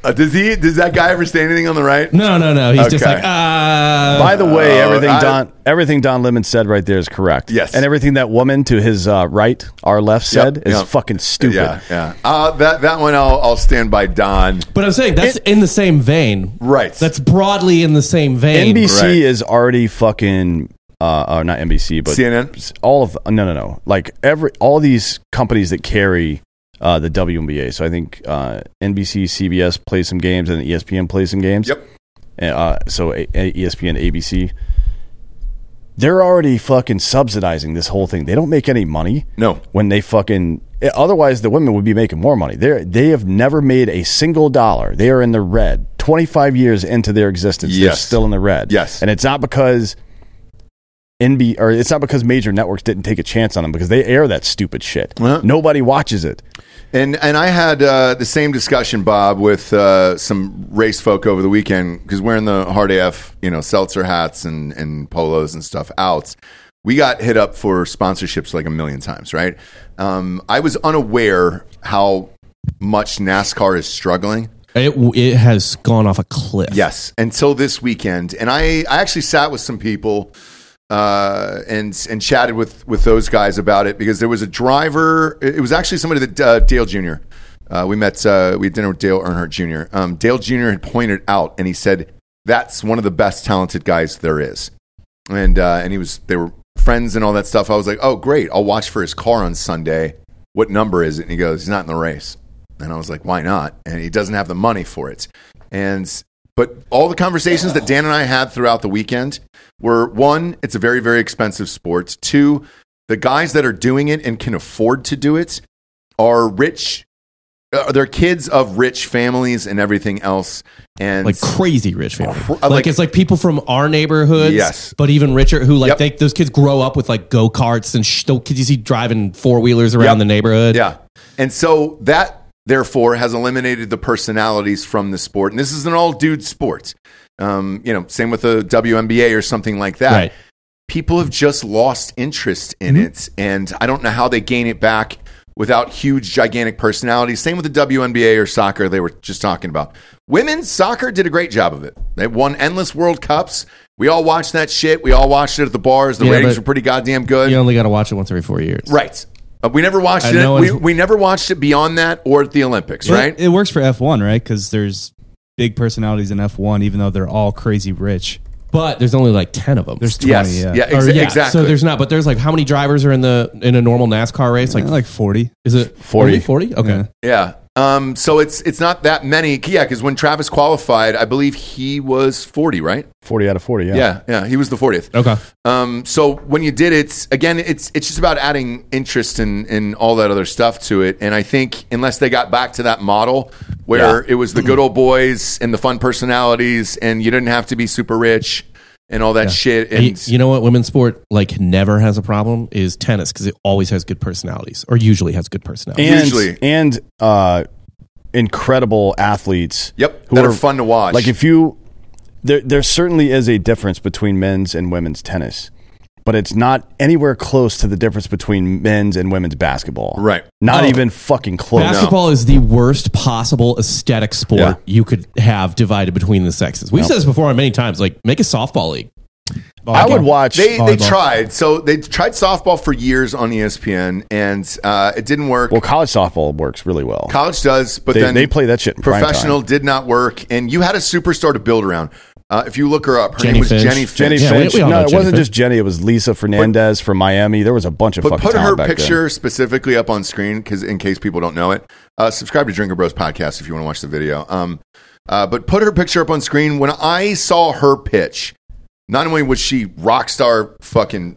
Uh, does he? Does that guy ever say anything on the right? No, no, no. He's just Okay. like, uh, By the way, Uh, everything I- Don everything Don Lemon said right there is correct. Yes. and everything that woman to his uh, right, our left, said is yep. fucking stupid. Yeah, yeah. Uh, that that one, I'll, I'll stand by Don. But I'm saying that's in the same vein. Right. That's broadly in the same vein. NBC Right. is already fucking. Uh, uh, not NBC, but CNN? All of no, no, no. Like every all these companies that carry uh, the WNBA. So I think uh, NBC, CBS plays some games, and E ESPN plays some games. Yep. And, Uh, so A- A- ESPN, ABC, they're already fucking subsidizing this whole thing. They don't make any money. No. When they fucking eh, otherwise the women would be making more money. They they have never made a single dollar. They are in the red. 25 years into their existence, they're Yes. still in the red. Yes. And it's not because NB or it's not because major networks didn't take a chance on them because they air that stupid shit. Uh-huh. Nobody watches it. And and I had uh, the same discussion, Bob, with uh, some race folk over the weekend because wearing the hard AF, you know, seltzer hats and and polos and stuff outs. We got hit up for sponsorships like a million times, right? Um, I was unaware how much NASCAR is struggling. It, it has gone off a cliff. Yes, until this weekend, and I, I actually sat with some people uh, and and chatted with with those guys about it because there was a driver. It it was actually somebody that uh, Dale Jr. Uh, we met. Uh, we had dinner with Dale Earnhardt Jr. Um, Dale Jr. had pointed out, and he said that's one of the best talented guys there is and uh, and he was they were friends and all that stuff. I was like, oh great, I'll watch for his car on Sunday. What number is it? And he goes, he's not in the race. And I was like, why not? And he doesn't have the money for it. And but all the conversations that Dan and I had throughout the weekend were one, it's a very very expensive sport. Two, the guys that are doing it and can afford to do it are rich. Uh, they're kids of rich families and everything else. And Like crazy rich family. Cr- uh, like, like- it's like people from our neighborhoods, Yes. but even richer who like Yep. they, those kids grow up with like go karts and sh- those kids you see driving four wheelers Yep. around the neighborhood. Yeah. And so that therefore has eliminated the personalities from the sport. And this is an all dude sport. Um, you know, same with the WNBA or something like that. Right. People have just lost interest in Mm-hmm. it, and I don't know how they gain it back without huge, gigantic personalities. Same with the WNBA or soccer they were just talking about. Women's soccer did a great job of it. They won endless World Cups. We all watched that shit. We all watched it at the bars. The Yeah, ratings but- were pretty goddamn good. You only got to watch it once every four years. Right. Uh, we never watched I it. know We, it's- we never watched it beyond that or at the Olympics, It- right? It, works for F1, right? Because there's big personalities in F1, even though they're all crazy rich. But there's only like 10 of them. There's 20, yes. yeah. Yeah, Or, ex- yeah, exactly. So there's not, but there's like how many drivers are in the in a normal NASCAR race? Like, Like, like 40. is it 40. only 40? Okay. Yeah. yeah. Um, so it's it's not that many. Yeah, because when Travis qualified, I believe he was 40, right? 40 out of 40. Yeah. Yeah, yeah, he was the 40th. Okay. Um, so when you did it again, it's it's just about adding interest and and all that other stuff to it. And I think unless they got back to that model where it was the good old boys and the fun personalities, and you didn't have to be super rich and all that shit. And You, you know what women's sport like never has a problem is tennis because it always has good personalities or usually has good personalities. And, Usually. and uh, incredible athletes. Yep, that are fun to watch. Like if you, there, there certainly is a difference between men's and women's tennis, but it's not anywhere close to the difference between men's and women's basketball. Right. Not Oh. even fucking close. Basketball is the worst possible aesthetic sport Yeah. you could have divided between the sexes. We've said this before on many times. Like, make a softball league. I would watch They, uh, they volleyball. tried. So they tried softball for years on E ESPN, and uh, it didn't work. Well, college softball works really well. College does, but They- then they play that shit in prime professional did not work, and you had a superstar to build around. Uh, if you look her up, her Jenny name was Finch. Jenny Finch. Jenny Yeah, we- Finch. we all no, know it Jenny wasn't Finch. just Jenny. It was Lisa Fernandez from Miami. There was a bunch of But fucking put her talent back then. picture specifically up on screen because in case people don't know it, uh, subscribe to Drinker Bros podcast if you want to watch the video. Um, uh, but put her picture up on screen. When I saw her pitch, not only was she rock star fucking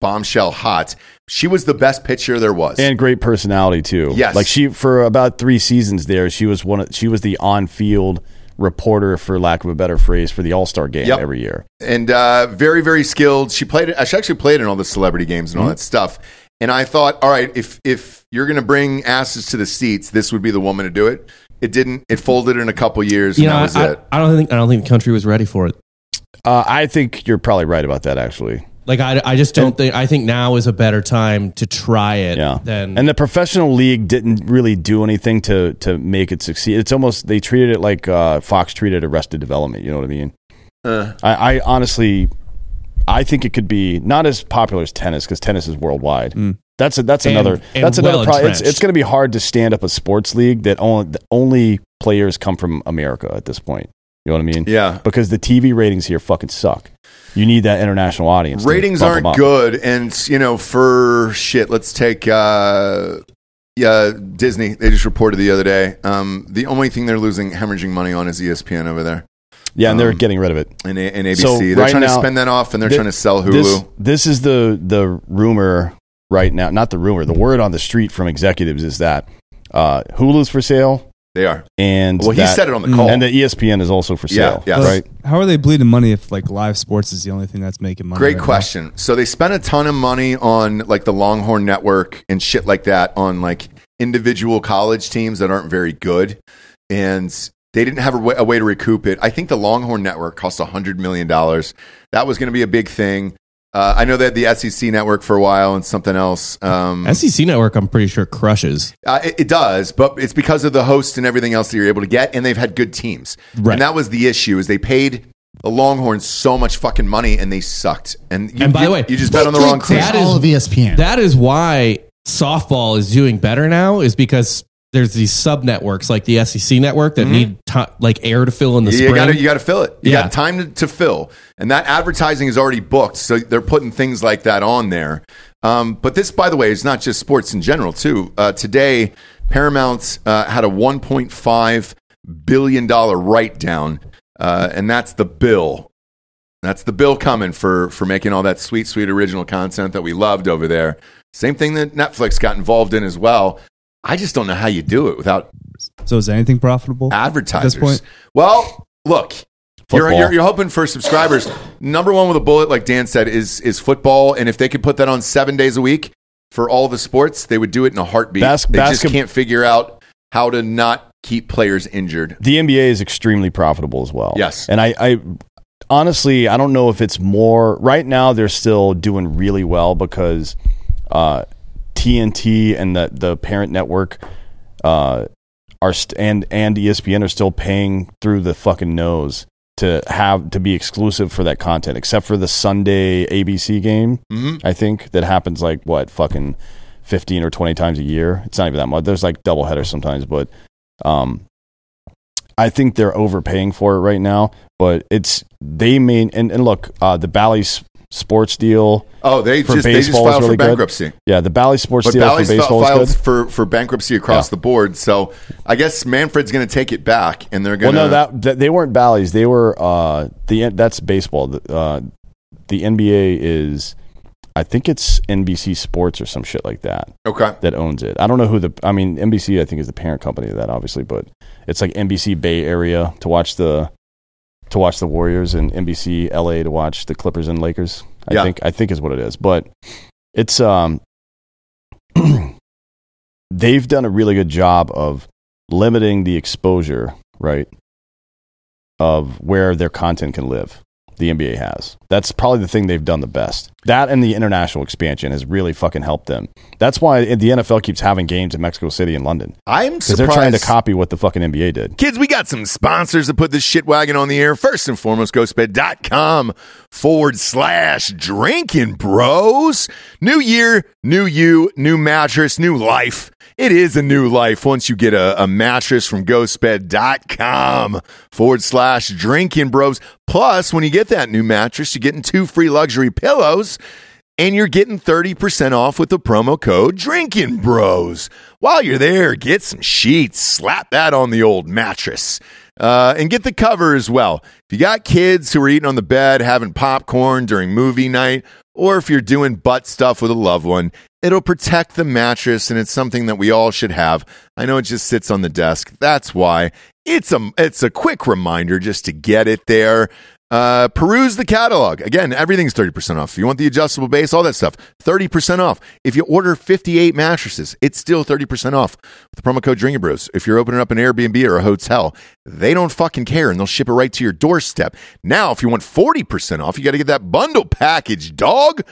bombshell hot, she was the best pitcher there was. and great personality too. Yes. like she for about three seasons there, she was one. Of, she was the on-field reporter, for lack of a better phrase, for the All Star game Yep. every year. and uh, very very skilled. She played. She actually played in all the celebrity games and all Mm-hmm. that stuff. And I thought, all right, if if you're going to bring asses to the seats, this would be the woman to do it. It didn't. It folded in a couple years, and You know, that was I, it. I don't think I don't think the country was ready for it. Uh, I think you're probably right about that, actually. Like I, I just don't think I think now is a better time to try it Yeah. than and the professional league didn't really do anything to to make it succeed. It's almost they treated it like uh, Fox treated Arrested Development. You know what I mean? Uh. I, I honestly, I think it could be not as popular as tennis because tennis is worldwide. That's a, that's Mm. And- another and that's well another problem. It's, entrenched. it's going to be hard to stand up a sports league that only, that only players come from America at this point. You know what I mean? Yeah. Because the TV ratings here fucking suck. You need that international audience. to Ratings bump aren't 'em up. good, and you know, for shit, let's take uh, yeah Disney. They just reported the other day. Um, the only thing they're losing, hemorrhaging money on is E ESPN over there Yeah, and they're Um, getting rid of it. and, A- and ABC. So they're right trying now- to spend that off, and they're Thi- trying to sell Hulu. This, this is the the rumor right now. Not the rumor. The word on the street from executives is that uh, Hulu's for sale, they are. and Well, he that- E said it on the call. and the ESPN is also for Yeah, sale. yeah. right. How are they bleeding money if like live sports is the only thing that's making money? Great right now? question. So they spent a ton of money on like the Longhorn Network and shit like that on like individual college teams that aren't very good, and they didn't have a wa- a way to recoup it. I think the Longhorn Network cost hundred million dollars. That was going to be a big thing. Uh, I know they had the SEC Network for a while and something else. Um, SEC E network. I'm pretty sure crushes. uh, it, it does, but it's because of the hosts and everything else that you're able to get, and they've had good teams. Right. And that was the issue is they paid the Longhorns so much fucking money, and they sucked. And, you, And by you- the way, you just bet on the They wrong team. crushed That is- all of E ESPN. That is why softball is doing better now. Is because there's these sub networks like the SEC network that need ti like air to fill in the Mm-hmm. you spring. got to you got to fill it. You Yeah. got time to, to fill, and that advertising is already booked, so they're putting things like that on there. Um, but this, by the way, is not just sports in general too. Uh, today, Paramount uh, had a 1.5 billion dollar write down, uh, and that's the bill. That's the bill coming for for making all that sweet, sweet original content that we loved over there. Same thing that Netflix got involved in as well. I just don't know how you do it without So is anything profitable? advertisers. point? Well, look, you're, Football. you're you're hoping for subscribers. Number one with a bullet, like Dan said, is is football, and if they could put that on seven days a week for all the sports, they would do it in a heartbeat. Bas- they basket- just can't figure out how to not keep players injured. The NBA is extremely profitable as well. Yes. And I, I honestly, I don't know if it's more. Right now, they're still doing really well because uh, TNT and the, the parent network uh, are st- and and E ESPN are still paying through the fucking nose to have to be exclusive for that content, except for the Sunday ABC game. Mm-hmm. I think that happens like what fucking fifteen or twenty times a year. It's not even that much. There's like double headers sometimes, but um, I think they're overpaying for it right now. But it's they mean and, and look uh, the Bally Sports deal. Oh, they For just they just baseball is filed really for good. bankruptcy. Yeah, the Bally Sports But deal Bally's for fi- baseball filed is good. for, for bankruptcy across Yeah. the board, so I guess Manfred's going to take it back, and they're Well, going to. no, that, that they weren't Bally's. They were uh, the that's baseball. The, uh, the NBA is, I think it's NBC Sports or some shit like that. okay. that owns it. I don't know who the I mean NBC I think is the parent company of that obviously, but it's like NBC Bay Area to watch the to watch the Warriors and NBC LA to watch the Clippers and Lakers. I Yeah. think I think is what it is, but it's um (clears throat) they've done a really good job of limiting the exposure, right? Of where their content can live. the NBA has. That's probably the thing they've done the best. That and the international expansion has really fucking helped them. That's why the NFL keeps having games in Mexico City and London I'm because surprised. they're trying to copy what the fucking NBA did. Kids, we got some sponsors to put this shit wagon on the air. First and foremost, ghostbed.com forward slash drinking bros. New year, new you, new mattress, new life. It is a new life once you get a, a mattress from ghostbed.com forward slash drinking bros. Plus, when you get that new mattress, you're getting two free luxury pillows and you're getting 30% off with the promo code drinking bros while you're there get some sheets slap that on the old mattress uh, and get the cover as well if you got kids who are eating on the bed having popcorn during movie night or if you're doing butt stuff with a loved one it'll protect the mattress and it's something that we all should have i know it just sits on the desk that's why it's a it's a quick reminder just to get it there uh, peruse the catalog. Again, everything's 30% off. If you want the adjustable base, all that stuff, 30% off. If you order 58 mattresses, it's still 30% off with the promo code Drinking Bros. If you're opening up an Airbnb or a hotel, they don't fucking care and they'll ship it right to your doorstep. Now, if you want 40% off, you got to get that bundle package, dog.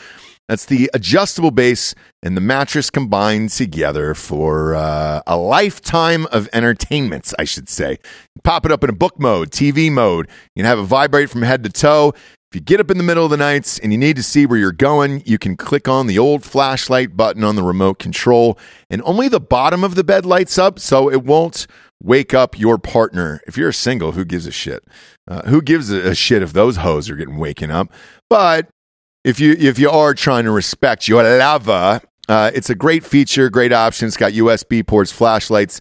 That's the adjustable base and the mattress combined together for uh, a lifetime of entertainments, I should say. Pop it up in a book mode, TV mode. You can have it vibrate from head to toe. If you get up in the middle of the nights and you need to see where you're going, you can click on the old flashlight button on the remote control, and only the bottom of the bed lights up, so it won't wake up your partner. If you're single, who gives a shit? Uh, who gives a a shit if those hoes are getting waken up? But if you if you are trying to respect your lava, uh, it's a great feature, great option. It's got USB ports, flashlights,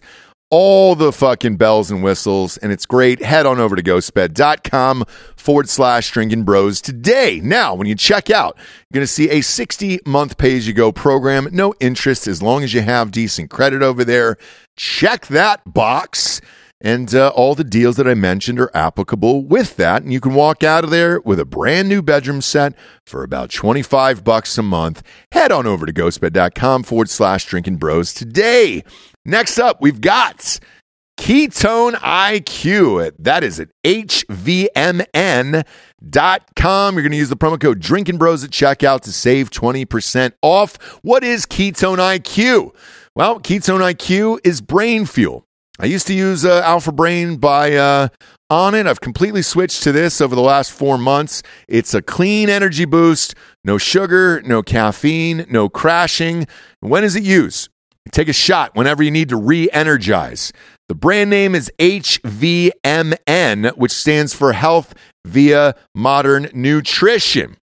all the fucking bells and whistles, and it's great. Head on over to ghostbed.com forward slash drinking bros today. Now, when you check out, you're going to see a 60 month pay as you go program. No interest as long as you have decent credit over there. Check that box. And uh, all the deals that I mentioned are applicable with that. And you can walk out of there with a brand new bedroom set for about 25 bucks a month. Head on over to ghostbed.com forward slash drinking bros today. Next up, we've got Ketone IQ. That is at hvmn.com. You're going to use the promo code Drinking Bros at checkout to save 20% off. What is Ketone IQ? Well, Ketone IQ is brain fuel. I used to use uh, Alpha Brain by uh, On It. I've completely switched to this over the last four months. It's a clean energy boost, no sugar, no caffeine, no crashing. When is it used? Take a shot whenever you need to re energize. The brand name is HVMN, which stands for Health Via Modern Nutrition.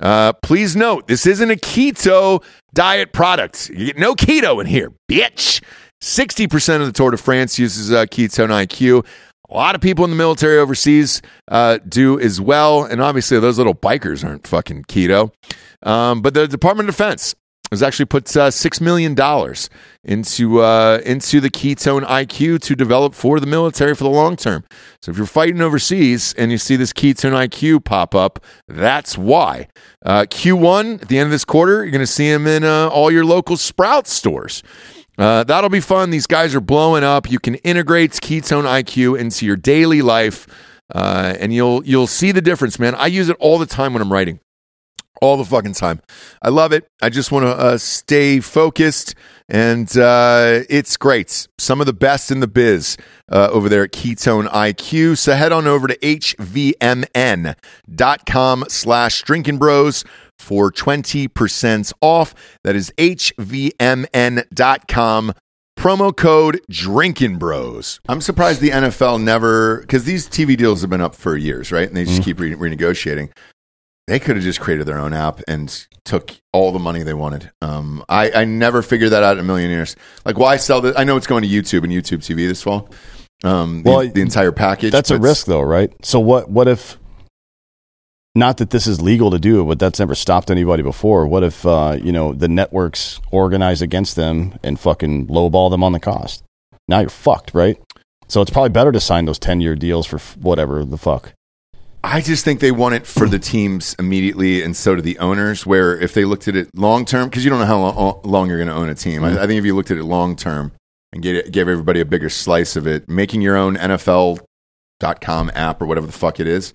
Uh, please note, this isn't a keto diet product. You get no keto in here, bitch. 60% of the Tour de France uses uh, ketone IQ. A lot of people in the military overseas uh, do as well. And obviously, those little bikers aren't fucking keto. Um, but the Department of Defense has actually put uh, $6 million into, uh, into the ketone IQ to develop for the military for the long term. So if you're fighting overseas and you see this ketone IQ pop up, that's why. Uh, Q1, at the end of this quarter, you're going to see them in uh, all your local Sprout stores. Uh, that'll be fun. These guys are blowing up. You can integrate ketone IQ into your daily life, uh, and you'll you'll see the difference, man. I use it all the time when I'm writing, all the fucking time. I love it. I just want to uh, stay focused, and uh, it's great. Some of the best in the biz uh, over there at Ketone IQ. So head on over to hvmn.com slash drinking bros for 20% off. That is hvmn.com promo code drinking bros i'm surprised the nfl never because these tv deals have been up for years right and they just keep re- renegotiating they could have just created their own app and took all the money they wanted. Um, I, I never figured that out in a million years. Like, why sell this? I know it's going to YouTube and YouTube TV this fall. Um, the, Well, the entire package. That's a but- risk, though, right? So what? What if? Not that this is legal to do, but that's never stopped anybody before. What if uh, you know the networks organize against them and fucking lowball them on the cost? Now you're fucked, right? So it's probably better to sign those ten year deals for f- whatever the fuck. I just think they want it for the teams immediately, and so do the owners. Where if they looked at it long term, because you don't know how lo- uh, long you're going to own a team. I, I think if you looked at it long term and get it, gave everybody a bigger slice of it, making your own NFL.com app or whatever the fuck it is,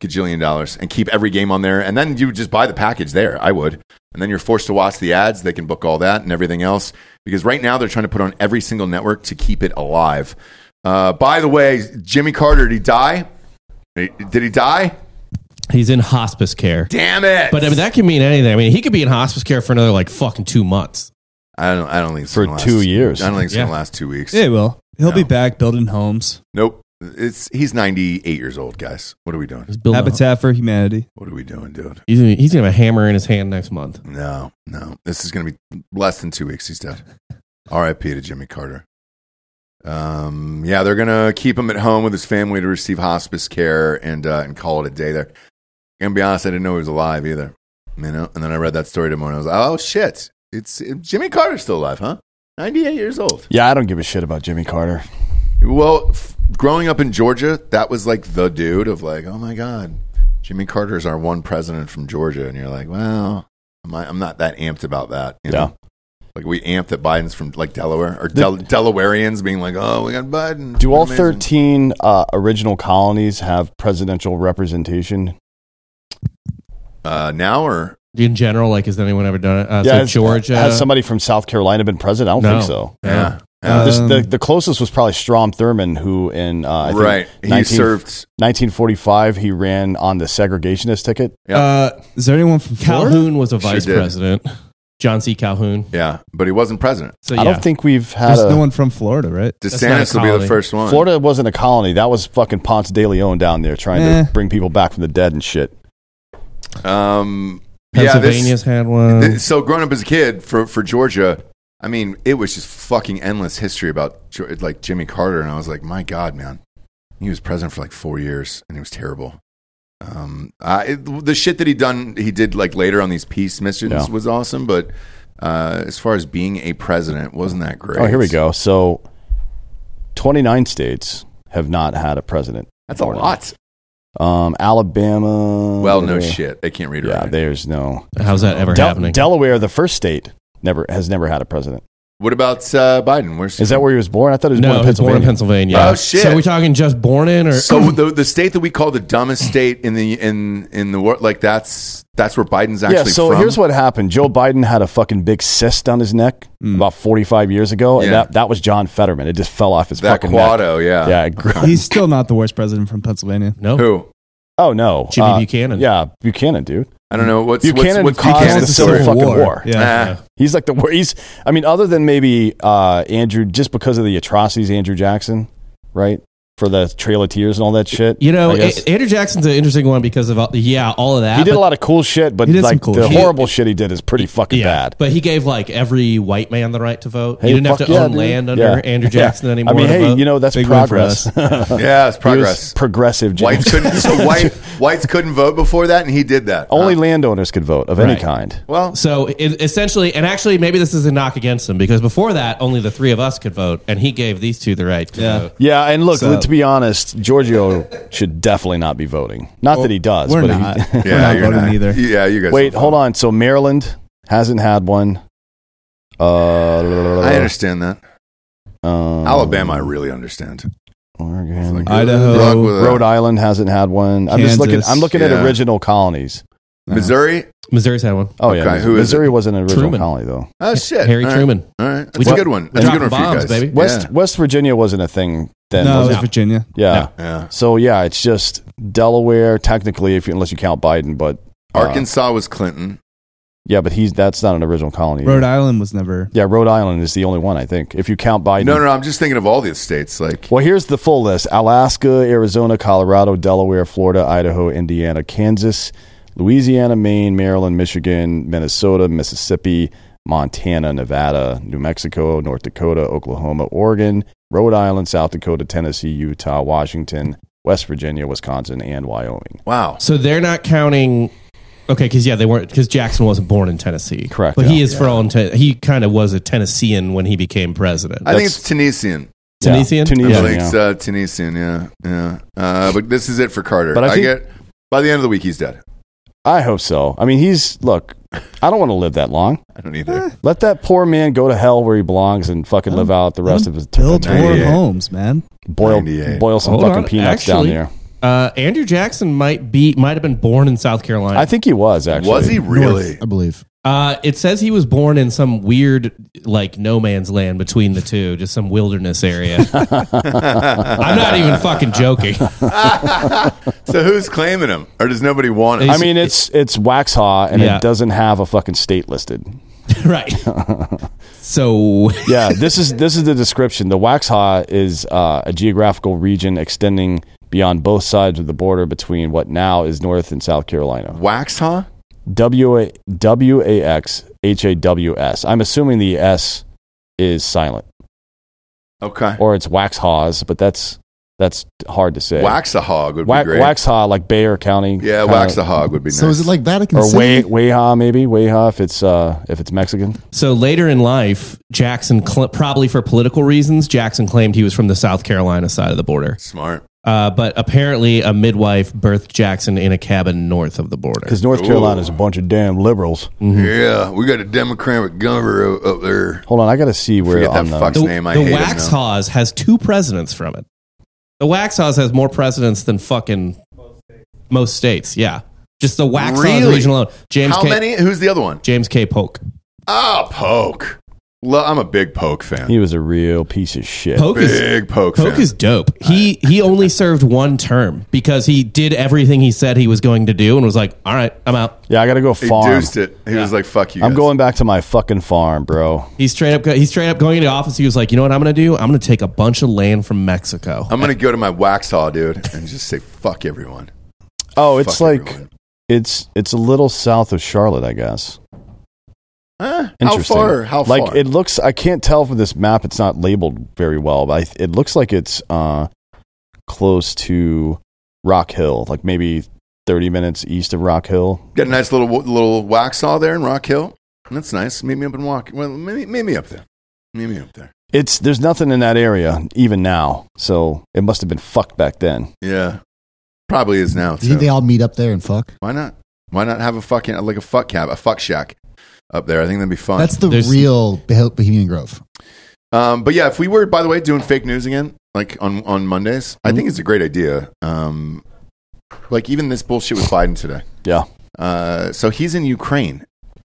gajillion dollars and keep every game on there. And then you just buy the package there. I would. And then you're forced to watch the ads. They can book all that and everything else because right now they're trying to put on every single network to keep it alive. Uh, by the way, Jimmy Carter, did he die? Did he die? He's in hospice care. Damn it! But I mean, that can mean anything. I mean, he could be in hospice care for another like fucking two months. I don't. I don't think it's For gonna last, two years. I don't think it's Yeah. gonna last two weeks. Yeah, well, he'll be No. back building homes. Nope. It's he's 98 years old, guys. What are we doing? He's, building a- Habitat for Humanity. What are we doing, dude? he's, gonna- he's gonna have a hammer in his hand next month. No, no. This is going to be less than two weeks. He's (laughs) dead. R.I.P. to Jimmy Carter. Um, yeah, they're going to keep him at home with his family to receive hospice care and uh, and call it a day there. Gonna be honest, I didn't know he was alive either. You know, and then I read that story tomorrow. And I was like, oh shit, it's Jimmy Carter's still alive, huh? 98 years old. Yeah, I don't give a shit about Jimmy Carter. Well, f- growing up in Georgia, that was like the dude of like, oh my god, Jimmy Carter is our one president from Georgia, and you're like, well, am I, I'm not that amped about that. You know? Like we amped that Biden's from like Delaware or Del- Delawareans being like, oh, we got Biden. Do all Amazing. 13 uh, original colonies have presidential representation? uh, now or In general, like, has anyone ever done it? Uh, so has- Georgia. Has somebody from South Carolina been president? I don't No. think so. yeah, Uh, This- the, Um, the closest was probably Strom Thurmond, who in uh, I think right. He 19 served. 1945 he ran on the segregationist ticket. Uh, Is there anyone from Florida? Calhoun was a vice did. president. John C. Calhoun. Yeah, but he wasn't president. So I yeah. don't think we've had There's a, no one from Florida, right? That's not a DeSantis will be the colony. first one. Florida wasn't a colony. That was fucking Ponce de Leon down there trying Eh. to bring people back from the dead and shit. Um, yeah, this- Pennsylvania's had one. Oh. Th- so growing up as a kid for for Georgia, I mean, it was just fucking endless history about Ge- like Jimmy Carter, and I was like, my God, man, he was president for like four years, and he was terrible. Um, I, it, the shit that he done, he did like later on these peace missions Yeah. was awesome, but uh, as far as being a president, wasn't that great? Oh, here we go. So 29 states have not had a president. That's a lot. Um, Alabama. Well, no shit, they can't read it. Yeah, right. there's no. How's that ever Del- happening? Delaware, the first state, never has never had a president. what about uh, Biden? Where's Is that where he was born? I thought he was no, born in he was born Pennsylvania. in Pennsylvania. Oh, shit. So we are talking just born in, or (clears throat) So the the state that we call the dumbest state in the in in the world, like that's that's where Biden's actually yeah, so from. here's what happened. Joe Biden had a fucking big cyst on his neck about 45 years ago, and Mm. Yeah. that, that was John Fetterman. It just fell off his that uh, fucking neck. Quado, yeah. Yeah. it grew- He's still not the worst president from Pennsylvania. no? Who? Oh, no. Jimmy Buchanan. Yeah, Buchanan, dude. I don't know. What's Buchanan what's, what's caused Buchanan's the Civil story? fucking war. Yeah. Ah, He's like the wor- he's. I mean, other than maybe uh, Andrew, just because of the atrocities, Andrew Jackson, right? For the Trail of Tears and all that shit. You know, I guess. A- Andrew Jackson's an interesting one because of all, yeah, all of that. he did but- a lot of cool shit, but He did some like cool the shit. horrible shit he did is pretty fucking bad. But he gave like every white man the right to vote. Hey, you didn't have fuck to yeah, own dude. land under Yeah. Andrew (laughs) Yeah. Jackson anymore. I mean, to hey, vote. you know that's Big win for progress. (laughs) yeah, it's He was progress. progressive. Jimmy. Whites (laughs) couldn't. So white whites couldn't vote before that, and he did that. (laughs) Only Huh? landowners could vote of any Right. kind. well, So it, essentially, and actually, maybe this is a knock against him because before that, only the three of us could vote, and he gave these two the right to Yeah. vote. Yeah, and look, So- to be honest, Giorgio should definitely not be voting. Not that he does, We're but (laughs) not. he. We're not you're voting either. Yeah, you guys. Wait, don't hold vote. on. So Maryland hasn't had one. Uh, I understand that. um, Alabama, I really understand. Oregon. Idaho, Good luck with that. Rhode Island hasn't had one. I'm just looking. Kansas. I'm looking uh, Yeah. at original colonies. Missouri. Missouri's had one. Oh Okay, yeah, who is Missouri wasn't an original Truman. colony though. Oh shit, Harry All right. Truman. All right, that's We a dro- good one. That's a good one for dropping you bombs, guys, baby. West West Virginia wasn't a thing then. No, it was was it? Virginia. yeah. Yeah. yeah. So yeah, it's just Delaware technically, if you, unless you count Biden, but uh, Arkansas was Clinton. yeah, but he's that's not an original colony. Rhode Island was never. yeah, Rhode Island is the only one I think. If you count Biden, No, no, no, I'm just thinking of all these states. Like, Well, here's the full list Alaska, Arizona, Colorado, Delaware, Florida, Idaho, Indiana, Kansas, Louisiana, Maine, Maryland, Michigan, Minnesota, Mississippi, Montana, Nevada, New Mexico, North Dakota, Oklahoma, Oregon, Rhode Island, South Dakota, Tennessee, Utah, Washington, West Virginia, Wisconsin, and Wyoming. wow. So they're not counting. Okay, because yeah, they weren't because Jackson wasn't born in Tennessee, Correct, But he yeah. is for all intent. He kind of was a Tennessean when he became president. I think That's- it's Tunisian. Tunisian? Yeah, I Tunisian, think yeah. it's uh, Tunisian. Yeah, yeah. Uh, but this is it for Carter. But I I, think- get by the end of the week he's dead. I hope so. I mean, he's, look, I don't want to live that long. I don't either. Let that poor man go to hell where he belongs and fucking live out the rest of his Build time. more 98. homes, man. Boil, 98. boil some Hold fucking on, peanuts down actually- there. Uh, Andrew Jackson might be might have been born in South Carolina. I think he was Eh. actually. Was he really? I believe. Uh, it says he was born in some weird, like no man's land between the two, just some wilderness area. (laughs) I'm not even fucking joking. (laughs) So who's claiming him, or does nobody want him? I mean, it's it's Waxhaw, and Yeah. it doesn't have a fucking state listed. right. So Yeah, this is this is the description. The Waxhaw is uh, a geographical region extending beyond both sides of the border between what now is North and South Carolina. Wax, huh? W A W A X H A W S. I'm assuming the S is silent, Okay. or it's Waxhaws, but that's that's hard to say. Wax a hog would Wa- be great. Waxhaw, like Bayer County. yeah, kinda- wax a hog would be nice. So is it like (laughs) Vatican or Way (laughs) City? Wayha maybe Wayha if it's uh if it's Mexican. So later in life, Jackson, cl- probably for political reasons, Jackson claimed he was from the South Carolina side of the border. smart? Uh, but apparently, a midwife birthed Jackson in a cabin north of the border. Because North Carolina's a bunch of damn liberals. Yeah, we got a Democratic governor up, up there. Hold on, I got to see where uh, Forget that on the fuck's The, name. I the hate him Wax now. Haws has two presidents from it. The Wax Haws has more presidents than fucking most states. Yeah, just the Wax Haws Really? region alone. James How K. many? Who's the other one? James K. Polk. Ah, Poke. Lo- I'm a big Poke fan. (laughs) He was a real piece of shit. Polk is big Poke, Coke fan. is dope. He he only served one term because he did everything he said he was going to do and was like, "All right, I'm out." yeah, I got to go he farm. deuced it. He was like, "Fuck you." I'm guys. going back to my fucking farm, bro. He's straight up. go- He's straight up going into office. He was like, "You know what I'm going to do? I'm going to take a bunch of land from Mexico." I'm gonna go to my wax haw, dude, and just say "fuck everyone." Oh, it's Fuck like everyone. it's it's a little south of Charlotte, I guess. Huh? How Interesting. far? How like far? it looks. I can't tell from this map. It's not labeled very well, but I, th- it looks like it's uh, close to Rock Hill, like maybe 30 minutes east of Rock Hill. got a nice little little wax haw there in Rock Hill. That's nice. Meet me up in Walk. Well, meet, meet me up there. Meet me up there. It's there's nothing in that area even now, so it must have been fucked back then. Yeah, probably is now. Do you think too. they all meet up there and fuck? Why not? Why not have a fucking like a fuck cab, a fuck shack up there? I think that'd be fun. That's the There's- real Bohe- Bohemian Grove. Um, but yeah, if we were, by the way, doing fake news again, like on on Mondays, I Mm-hmm. think it's a great idea. Um, like even this bullshit with Biden today. Yeah. Uh, so he's in Ukraine,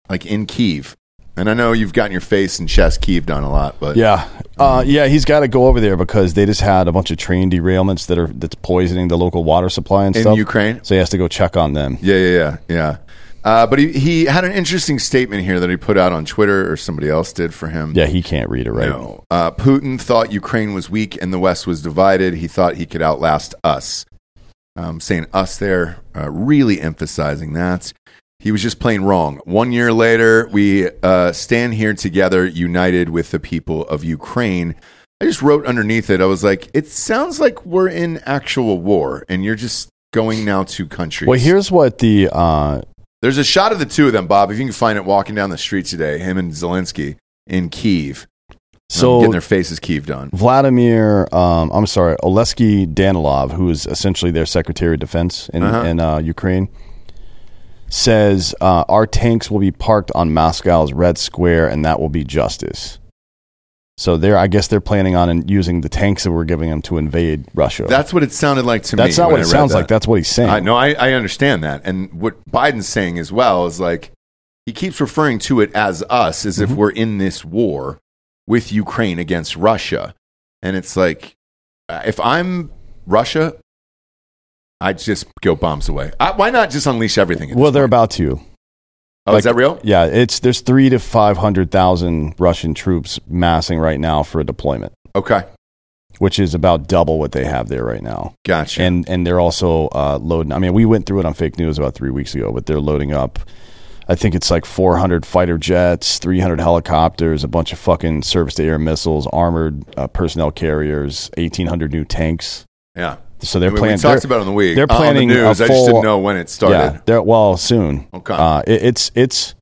like in Kiev, and I know you've gotten your face and chest Kiev done a lot, but Yeah, uh, yeah, he's got to go over there because they just had a bunch of train derailments that are that's poisoning the local water supply and in stuff. Ukraine, So he has to go check on them. yeah, yeah, yeah, yeah. Uh, but he, he had an interesting statement here that he put out on Twitter or somebody else did for him. Yeah, he can't read it right. No. Uh, Putin thought Ukraine was weak and the West was divided. He thought he could outlast us. Um, saying us there, uh, really emphasizing that. He was just plain wrong. One year later, we uh, stand here together, united with the people of Ukraine. I just wrote underneath it, I was like, it sounds like we're in actual war and you're just going now to countries. Well, here's what the uh, There's a shot of the two of them, Bob, if you can find it walking down the street today, him and Zelensky in Kiev. so getting their faces Kiev done. Vladimir, um, I'm sorry, Oleski Danilov, who is essentially their Secretary of Defense in, Uh-huh. in uh, Ukraine, says uh, our tanks will be parked on Moscow's Red Square, and that will be justice. So they're, I guess, they're planning on in- using the tanks that we're giving them to invade Russia. That's what it sounded like to me. That's not when what I it read sounds that. like. That's what he's saying. I, no, I, I understand that, and what Biden's saying as well is like he keeps referring to it as us, as Mm-hmm. if we're in this war with Ukraine against Russia, and it's like uh, if I'm Russia, I just go bombs away. I, why not just unleash everything? at Well, this they're point? about to. Oh, is like- that real? Yeah, it's there's three to five hundred thousand Russian troops massing right now for a deployment, Okay, which is about double what they have there right now. gotcha. and and they're also uh, loading. I mean, we went through it on fake news about three weeks ago, but they're loading up. I think it's like 400 fighter jets, 300 helicopters, a bunch of fucking service-to-air missiles, armored uh, personnel carriers, 1,800red new tanks. yeah, So they're I mean, planning. We talked about it on the week. they're uh, on the planning a news. I just full- didn't know when it started. Yeah, they're, well, soon. Okay. Uh, it, it's it's.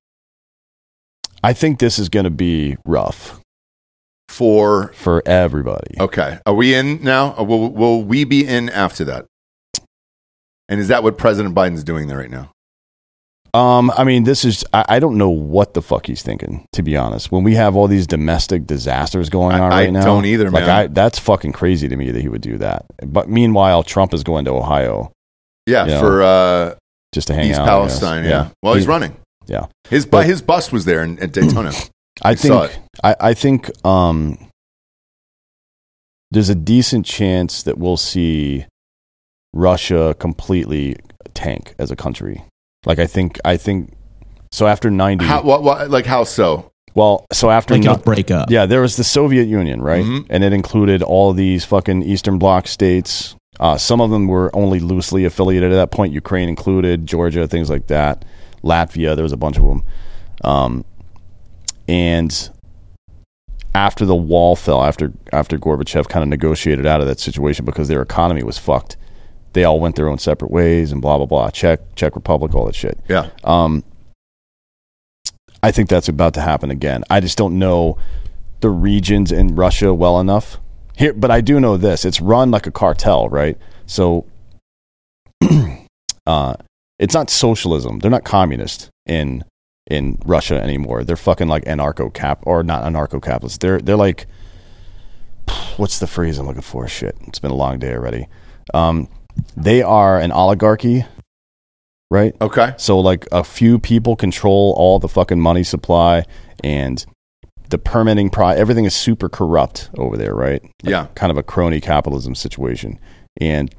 I think this is going to be rough For for everybody. Okay. Are we in now? Or will, will we be in after that? And is that what President Biden's doing there right now? Um, I mean, this is, I, I don't know what the fuck he's thinking, to be honest. When we have all these domestic disasters going I- on I right now, don't either, like, man. I, that's fucking crazy to me that he would do that. But meanwhile, Trump is going to Ohio Yeah, Yeah. for uh, just to hang East out. I guess. Palestine. Yeah. Well, he's running. Yeah. His bu- But- his bus was there in, at (clears throat) Daytona. I, I saw think I, I think um, there's a decent chance that we'll see Russia completely tank as a country. Like I think I think so after 90 how, what, what, like how so? well so after Like no- it'll break up. yeah there was the Soviet Union right Mhm. and it included all these fucking Eastern Bloc states uh, some of them were only loosely affiliated at that point Ukraine included Georgia things like that Latvia there was a bunch of them um, and after the wall fell, after after Gorbachev kind of negotiated out of that situation because their economy was fucked, they all went their own separate ways and blah blah blah. Czech Czech Republic, all that shit. Yeah. Um, I think that's about to happen again. I just don't know the regions in Russia well enough here, but I do know this: it's run like a cartel, right? So, (clears throat) uh, it's not socialism. They're not communist in in Russia anymore. They're fucking like anarcho cap or not anarcho capitalists. They're they're like (sighs) what's the phrase I'm looking for? Shit, it's been a long day already. Um, they are an oligarchy, right? Okay. So like a few people control all the fucking money supply and the permitting pro everything is super corrupt over there, right? Like, Yeah. Kind of a crony capitalism situation. And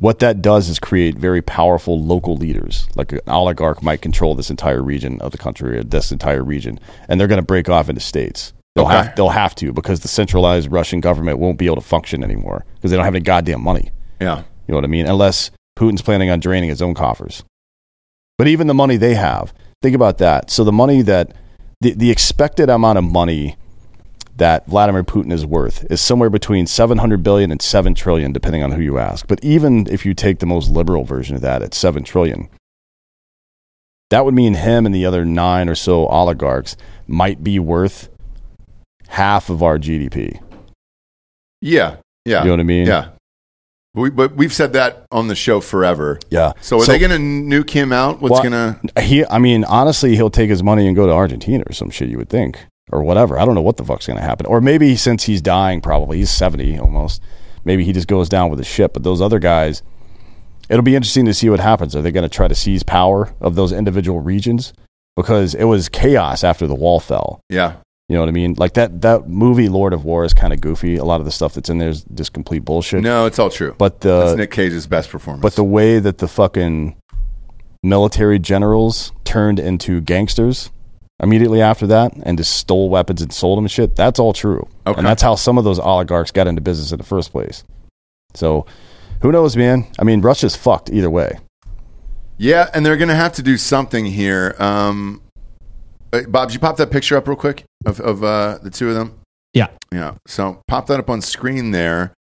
what that does is create very powerful local leaders. Like an oligarch might control this entire region of the country or this entire region. And they're gonna break off into states. They'll Okay. have they'll have to because the centralized Russian government won't be able to function anymore because they don't have any goddamn money. Yeah. You know what I mean? Unless Putin's planning on draining his own coffers. But even the money they have, think about that. So the money that the, the expected amount of money that Vladimir Putin is worth is somewhere between 700 billion and 7 trillion depending on who you ask. But even if you take the most liberal version of that at 7 trillion, that would mean him and the other 9 or so oligarchs might be worth half of our GDP. Yeah. Yeah. You know what I mean? Yeah. We, but we've said that on the show forever. Yeah. So are they going to nuke him out? What's Well, going to? He, I mean, honestly, he'll take his money and go to Argentina or some shit. You would think, or whatever. I don't know what the fuck's going to happen. Or maybe since he's dying, probably he's seventy almost. Maybe he just goes down with the ship. But those other guys, it'll be interesting to see what happens. Are they going to try to seize power of those individual regions? Because it was chaos after the wall fell. Yeah. You know what I mean? Like that that movie Lord of War is kind of goofy. A lot of the stuff that's in there is just complete bullshit. No, it's all true. But the That's Nick Cage's best performance. but the way that the fucking military generals turned into gangsters immediately after that and just stole weapons and sold them and shit, that's all true. Okay. And that's how some of those oligarchs got into business in the first place. So who knows, man? I mean, Russia's fucked either way. yeah, and they're going to have to do something here. Um, uh, Bob, did you pop that picture up real quick of of uh, the two of them? Yeah. Yeah. So pop that up on screen there.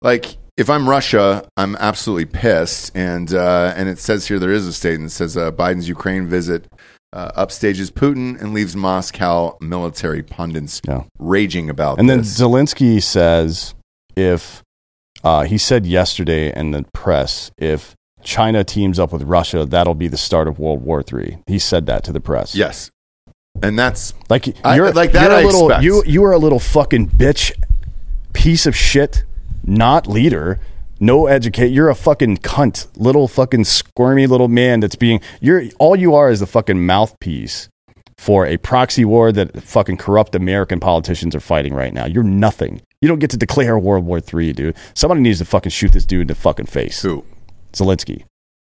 Like, if I'm Russia, I'm absolutely pissed. And uh, and it says here there is a statement that says uh, Biden's Ukraine visit uh, upstages Putin and leaves Moscow military pundits Yeah. raging about. And then this. Zelensky says if uh, he said yesterday in the press if China teams up with Russia, that'll be the start of World War III. He said that to the press. yes, and that's Like I- you're like that You're I a little expect. you you are a little fucking bitch, piece of shit, not leader, no educate. You're a fucking cunt, little fucking squirmy little man that's being. You're all you are is the fucking mouthpiece for a proxy war that fucking corrupt American politicians are fighting right now. You're nothing. You don't get to declare World War III, dude. Somebody needs to fucking shoot this dude in the fucking face. who. Zelensky.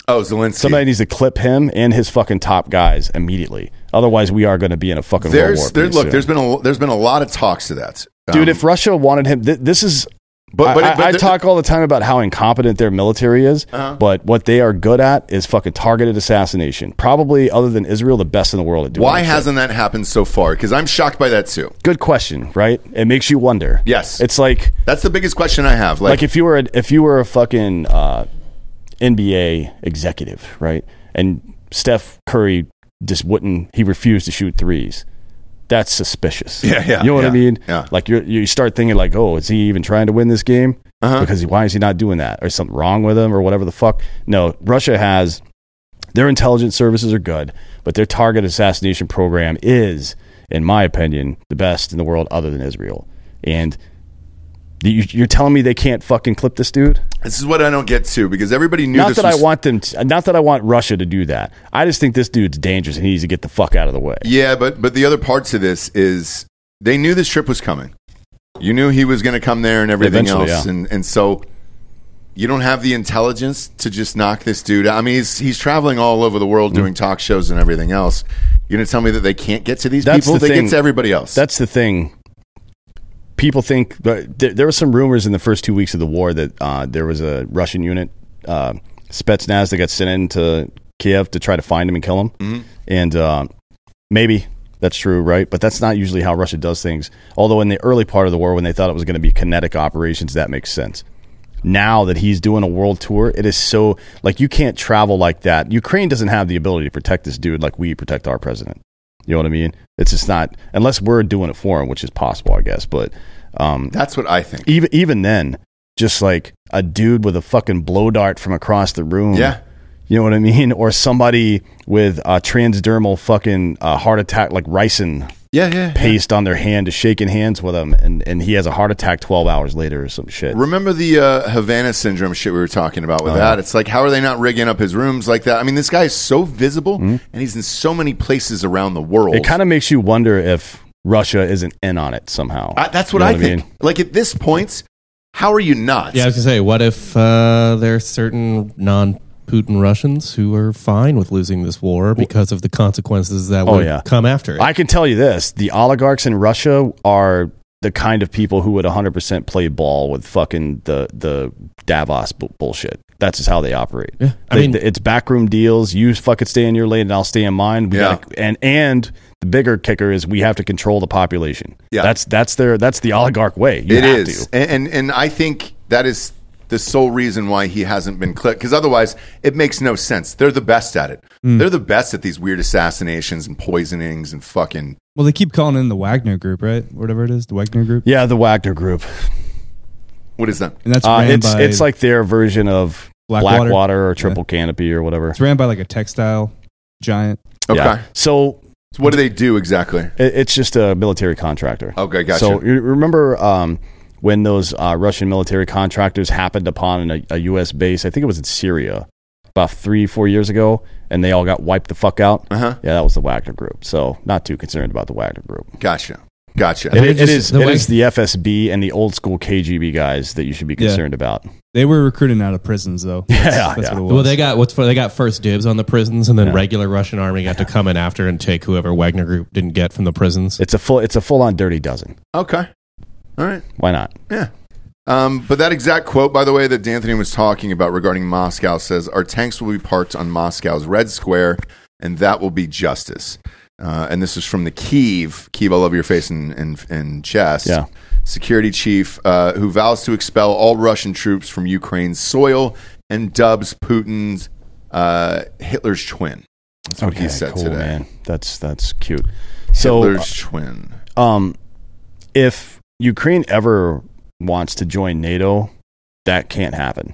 Oh, Zelensky. Somebody needs to clip him and his fucking top guys immediately. Otherwise, we are going to be in a fucking World War there's there, pretty look. soon. There's been a there's been a lot of talks to that, Um, Dude, if Russia wanted him, th- this is. but, but, I, but I there- talk all the time about how incompetent their military is, Uh-huh. but what they are good at is fucking targeted assassination. Probably, other than Israel, the best in the world at doing. Why that shit. hasn't that happened so far? Because I'm shocked by that too. Good question, right? It makes you wonder. Yes. it's like That's the biggest question I have. Like, like if you were a, if you were a fucking uh, NBA executive, right? And Steph Curry just wouldn't. He refused to shoot threes. That's suspicious. Yeah, yeah, You know what I yeah, mean? yeah. Like you you start thinking like, oh, is he even trying to win this game? Uh-huh. Because why is he not doing that? Or something wrong with him or whatever the fuck? No, Russia has Their intelligence services are good, but their target assassination program is, in my opinion, the best in the world other than Israel. And you- you're telling me they can't fucking clip this dude? This is what I don't get to because everybody knew Not this that was- I want them. To, not that I want Russia to do that. I just think this dude's dangerous and he needs to get the fuck out of the way. Yeah, but but the other parts of this is they knew this trip was coming. You knew he was going to come there and everything Eventually, else, yeah. and and so you don't have the intelligence to just knock this dude. out. I mean, he's he's traveling all over the Mm. world doing talk shows and everything else. You're going to tell me that they can't get to these That's people? the they thing. get to everybody else. That's the thing. People think but there, there were some rumors in the first two weeks of the war that uh, there was a Russian unit, uh, Spetsnaz, that got sent into Kiev to try to find him and kill him. And uh, maybe that's true, right? But that's not usually how Russia does things. Although in the early part of the war, when they thought it was going to be kinetic operations, that makes sense. Now that he's doing a world tour, it is so like you can't travel like that. Ukraine doesn't have the ability to protect this dude like we protect our president. You know what I mean? It's just not unless we're doing it for him, which is possible, I guess. But um, that's what I think. even even then, just like a dude with a fucking blow dart from across the room, Yeah. you know what I mean, (laughs) or somebody with a transdermal fucking uh, heart attack like ricin Yeah, yeah. paste on their hand, is shaking hands with him, and and he has a heart attack twelve hours later or some shit. Remember the uh, Havana syndrome shit we were talking about Oh, with that? It's like, how are they not rigging up his rooms like that? I mean, this guy is so visible and he's in so many places around the world. Mm-hmm. It kind of makes you wonder if Russia isn't in on it somehow. I, that's You what I know mean? think. Like at this point, how are you not? Yeah, I was gonna say, what if uh, there are certain non-Putin Russians who are fine with losing this war because of the consequences that Oh, would yeah. come after it? I can tell you this: the oligarchs in Russia are the kind of people who would 100% play ball with fucking the the Davos bu- bullshit. That's just how they operate. Yeah. I mean- it's backroom deals. You fucking stay in your lane, and I'll stay in mine. We Yeah. gotta- and and the bigger kicker is we have to control the population. Yeah. That's that's their that's the oligarch way. You It have is, to. and, and and I think that is the sole reason why he hasn't been clipped. Because otherwise, it makes no sense. They're the best at it. Mm. They're the best at these weird assassinations and poisonings and fucking. Well, they keep calling in the Wagner Group, right? Whatever it is, the Wagner Group. Yeah, the Wagner Group. What is that? And that's Uh, ran it's by, it's like their version of Blackwater. Blackwater, or Triple Canopy or whatever. it's ran by like a textile giant. Okay. Yeah. So So what do they do exactly? It- It's just a military contractor. Okay, gotcha. So you remember um, when those uh, Russian military contractors happened upon a, a U.S. base? I think it was in Syria about three, four years ago, and they all got wiped the fuck out. Uh huh. Yeah, that was the Wagner Group. So not too concerned about the Wagner Group. Gotcha. Gotcha. It, mean, it just is the it way- is the FSB and the old school KGB guys that you should be Yeah. concerned about. They were recruiting out of prisons, though. That's, Yeah, that's yeah. what it was. well, they got what's for, they got first dibs on the prisons, and then Yeah. regular Russian army got to come in after and take whoever Wagner Group didn't get from the prisons. It's a full it's a full on dirty dozen. okay. All right. Why not? Yeah. Um, but that exact quote, by the way, that D'Anthony was talking about regarding Moscow says, Our tanks will be parked on Moscow's Red Square, and that will be justice. Uh, and this is from the Kiev, Kiev, I love your face and, and, and chest. Yeah. Security chief uh, who vows to expel all Russian troops from Ukraine's soil and dubs Putin's uh, Hitler's twin. That's what he said today. That's that's cute. So Hitler's twin. um, if Ukraine ever wants to join NATO, that can't happen.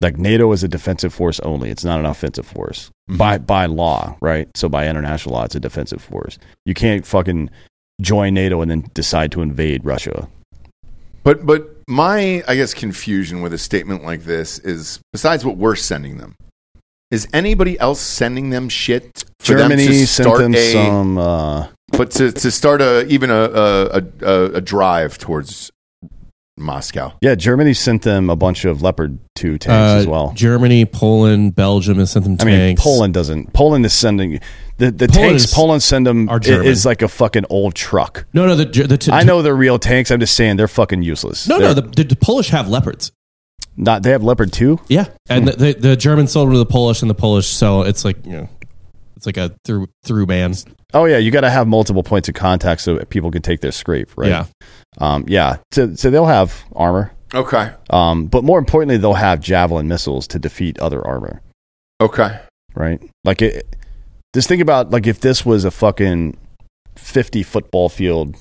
Like NATO is a defensive force only; it's not an offensive force Mm-hmm. by by law, right? So by international law, it's a defensive force. You can't fucking join NATO and then decide to invade Russia. But but my I guess confusion with a statement like this is besides what we're sending them, is anybody else sending them shit? For them Germany to sent start them a, some. Uh, but to, to start a even a a, a- a a drive towards Moscow. yeah, Germany sent them a bunch of Leopard two tanks Uh, as well. Germany, Poland, Belgium has sent them I mean, tanks. Poland doesn't. Poland is sending the, the Poland tanks. is- Poland send them are i- German. is like a fucking old truck. No, no, the, the t- I know they're real tanks. I'm just saying they're fucking useless. No, They're no, the, the, the Polish have leopards. not. They have Leopard two. Yeah, Hmm. and the, the the Germans sold them to the Polish, and the Polish sell. It's like you know, it's like a through through man. Oh yeah, you got to have multiple points of contact so people can take their scrape, right? Yeah. um, yeah. So, so they'll have armor, Okay. um, but more importantly, they'll have javelin missiles to defeat other armor, Okay. right? Like it. Just think about like if this was a fucking fifty football field.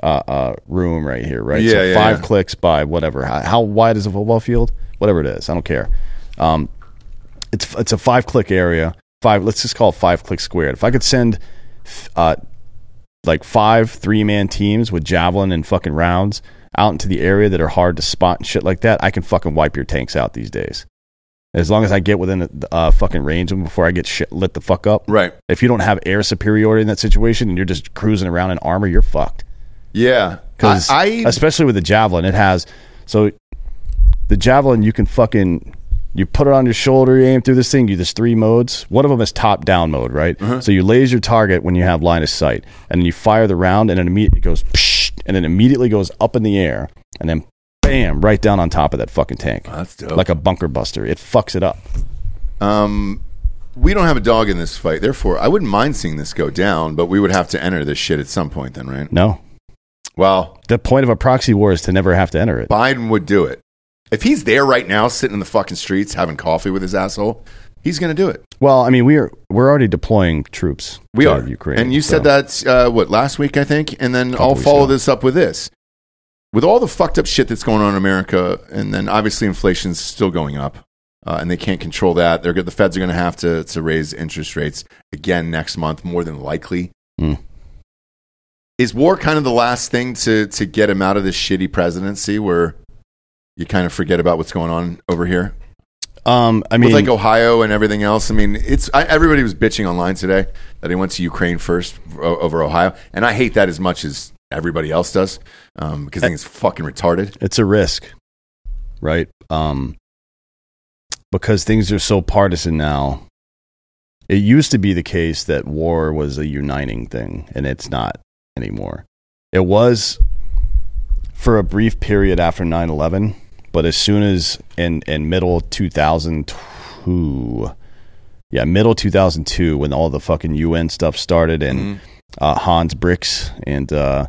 Uh, uh, room right here, right? Yeah, so yeah, five yeah. clicks by whatever. How, how wide is a football field? Whatever it is, I don't care. Um, it's it's a five click area. Five. Let's just call it five click squared. If I could send, uh, like five three man teams with javelin and fucking rounds out into the area that are hard to spot and shit like that, I can fucking wipe your tanks out these days. As long as I get within the uh, fucking range of them before I get shit lit the fuck up. Right. If you don't have air superiority in that situation and you're just cruising around in armor, you're fucked Yeah, because I, I especially with the javelin, it has so the javelin you can fucking you put it on your shoulder, you aim through this thing. You there's three modes. One of them is top down mode, right? Uh-huh. So you laser your target when you have line of sight, and then you fire the round, and then immediately it goes, psh, and then immediately goes up in the air, and then bam, right down on top of that fucking tank. that's dope. Like a bunker buster, it fucks it up. um, we don't have a dog in this fight. Therefore, I wouldn't mind seeing this go down, but we would have to enter this shit at some point, then, right? No, Well, the point of a proxy war is to never have to enter it. Biden would do it if he's there right now, sitting in the fucking streets having coffee with his asshole. He's gonna do it. Well, I mean, we are we're already deploying troops. We to are Ukraine, and you so- said that uh, what last week, I think, and then Couple I'll weeks follow ago. this up with this. With all the fucked up shit that's going on in America, and then obviously inflation's still going up, uh, and they can't control that. They're good. The Feds are going to have to to raise interest rates again next month, more than likely. Hmm. Is war kind of the last thing to to get him out of this shitty presidency where you kind of forget about what's going on over here? Um, I mean, with like Ohio and everything else. I mean, it's I, everybody was bitching online today that he went to Ukraine first o- over Ohio, and I hate that as much as everybody else does because I think it's fucking retarded. it's a risk, right? Um, because things are so partisan now. It used to be the case that war was a uniting thing, and it's not anymore. It was for a brief period after 9 11, but as soon as in, in middle 2002, yeah, middle 2002, when all the fucking UN stuff started and uh, Hans Bricks and uh,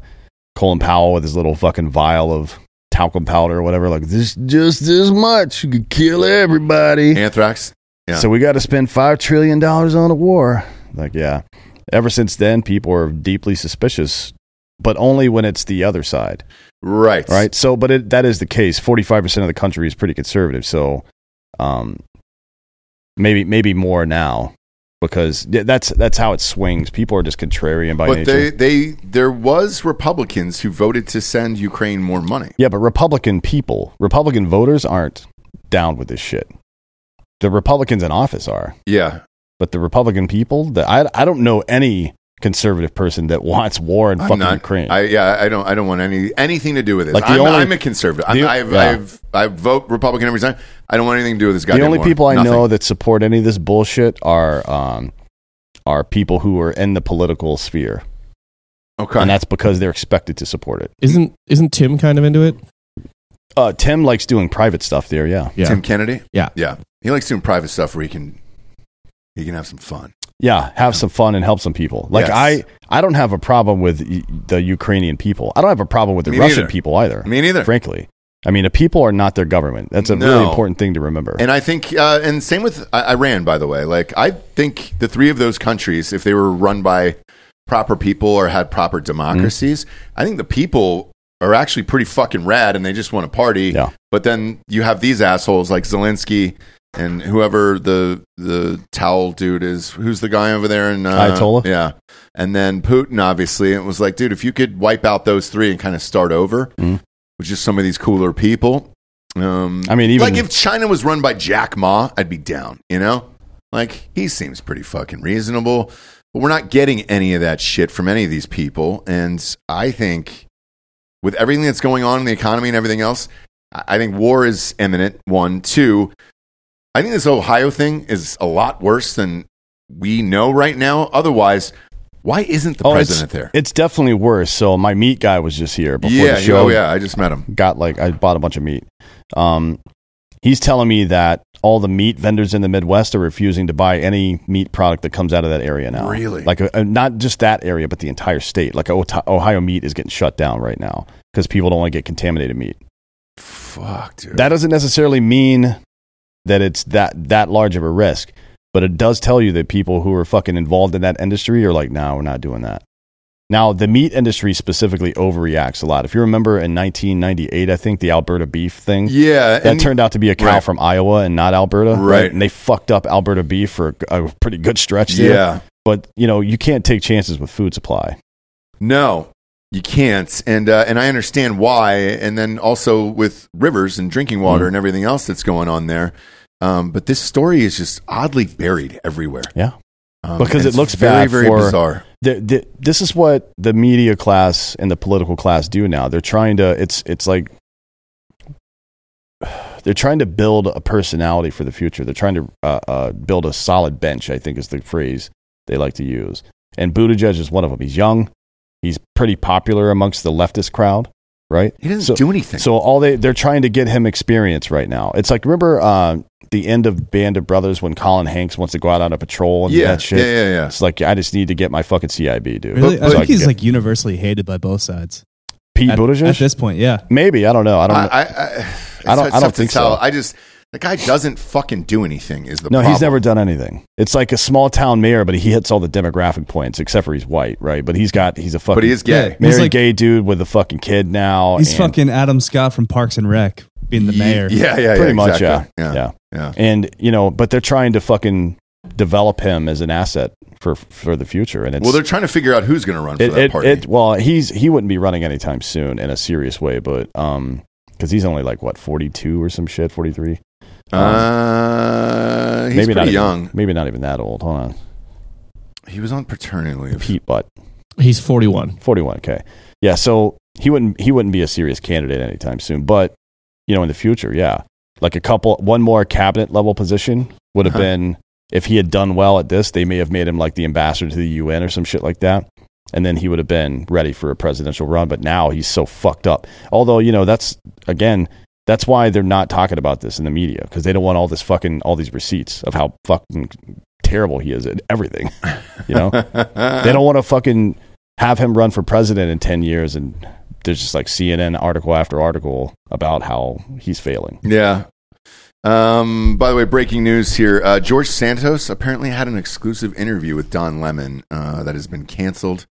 Colin Powell with his little fucking vial of talcum powder or whatever. Like this, just this much, you could kill everybody. Anthrax. Yeah. So we got to spend five trillion dollars on a war. Like, yeah. Ever since then, people are deeply suspicious, but only when it's the other side, right, right? So, but it, that is the case. Forty-five percent of the country is pretty conservative. So, um, maybe maybe more now because yeah, that's that's how it swings. People are just contrarian by But they, nature. they there was Republicans who voted to send Ukraine more money. Yeah, but Republican people, Republican voters aren't down with this shit. The Republicans in office are, Yeah, but the Republican people, the, I, I don't know any conservative person that wants war in I'm fucking not- Ukraine. I, yeah, I don't. I don't want any anything to do with this. Like, the I'm, only- I'm a conservative. I'm, the- I've, yeah. I've I vote Republican every time. I don't want anything to do with this guy. the only people I know that support any of this bullshit are, um, are people who are in the political sphere, Okay. and that's because they're expected to support it. Isn't isn't Tim kind of into it? Uh, Tim likes doing private stuff there, yeah, Yeah. Tim Kennedy. Yeah. yeah. He likes doing private stuff where he can he can have some fun. yeah. Have some fun and help some people. Like Yes. I, I don't have a problem with y- the Ukrainian people. I don't have a problem with the Me Russian neither. people either. Me neither. frankly. I mean, the people are not their government. That's a really No. important thing to remember. And I think, uh, and same with I- Iran, by the way. Like, I think the three of those countries, if they were run by proper people or had Mm-hmm. proper democracies, I think the people are actually pretty fucking rad, and they just want to party. Yeah. But then you have these assholes like Zelensky and whoever the the towel dude is. Who's the guy over there? And uh, Ayatollah? Yeah. And then Putin, obviously. It was like, dude, if you could wipe out those three and kind of start over, with just some of these cooler people. Um, Mm-hmm. I mean, even- like if China was run by Jack Ma, I'd be down. You know, like he seems pretty fucking reasonable. But we're not getting any of that shit from any of these people, and I think with everything that's going on in the economy and everything else, I I think war is imminent. One, two. I think this Ohio thing is a lot worse than we know right now. Otherwise, why isn't the president Oh, it's, there? It's definitely worse. So my meat guy was just here before Yeah, the he- show. oh yeah, I just met him. Got like I bought a bunch of meat. Um, he's telling me that all the meat vendors in the Midwest are refusing to buy any meat product that comes out of that area now. Really? Like uh, uh, not just that area, but the entire state. Like Ota- Ohio meat is getting shut down right now because people don't want to get contaminated meat. Fuck, dude. that doesn't necessarily mean that it's that that large of a risk but it does tell you that people who are fucking involved in that industry are like nah we're not doing that Now, the meat industry specifically overreacts a lot. If you remember in 1998, I think the Alberta beef thing. Yeah, That and- turned out to be a cow Right. from Iowa and not Alberta. Right. And they fucked up Alberta beef for a a pretty good stretch there. Yeah. But, you know, you can't take chances with food supply. No, you can't. And uh, and I understand why. And then also with rivers and drinking water Mm-hmm. and everything else that's going on there. Um, but this story is just oddly buried everywhere Yeah. Um, and because it it's looks very bad very for- bizarre. the, the, this is what the media class and the political class do now. They're trying to it's it's like (sighs) they're trying to build a personality for the future. They're trying to uh, uh, build a solid bench. I think is the phrase they like to use. And Buttigieg is one of them. He's young. He's pretty popular amongst the leftist crowd, right? He doesn't do anything. So all they they're trying to get him experience right now. It's like remember uh, the end of Band of Brothers when Colin Hanks wants to go out on a patrol and Yeah, that shit. yeah, yeah, yeah. It's like I just need to get my fucking CIB, dude. Really? So I I think can he's get- like universally hated by both sides. Pete At, Buttigieg. at this point, yeah. Maybe I don't know. I don't. I, know. I, I, I don't- it's I don't tough to think so. tell. I just the guy doesn't fucking do anything. Is the no, problem. he's never done anything. It's like a small town mayor, but he hits all the demographic points except for he's white, right? But he's got he's a fucking But he is gay. Yeah. He's married like- gay dude with a fucking kid now. He's and- fucking Adam Scott from Parks and Rec being the Ye- mayor. Yeah, yeah, yeah pretty much exactly. yeah. yeah yeah. and you know, but they're trying to fucking develop him as an asset for for the future, and it's Well, they're trying to figure out who's going to run for it, that it, party. it- well he's he wouldn't be running anytime soon in a serious way, but um because he's only like what forty two or some shit forty three. uh, he's not pretty even- young. maybe not even that old. Hold on, He was on paternity leave. Pete Butt. He's 41. 41 k yeah so he wouldn't he wouldn't be a serious candidate anytime soon but you know in the future yeah like a couple one more cabinet level position would have Uh-huh. been if he had done well at this they may have made him like the ambassador to the un or some shit like that and then he would have been ready for a presidential run but now he's so fucked up although you know that's again that's why they're not talking about this in the media because they don't want all this fucking all these receipts of how fucking terrible he is at everything you know they don't want to fucking have him run for president in 10 years and there's just like CNN article after article about how he's failing. Yeah. Um, by the way, breaking news here: uh, George Santos apparently had an exclusive interview with Don Lemon uh, that has been canceled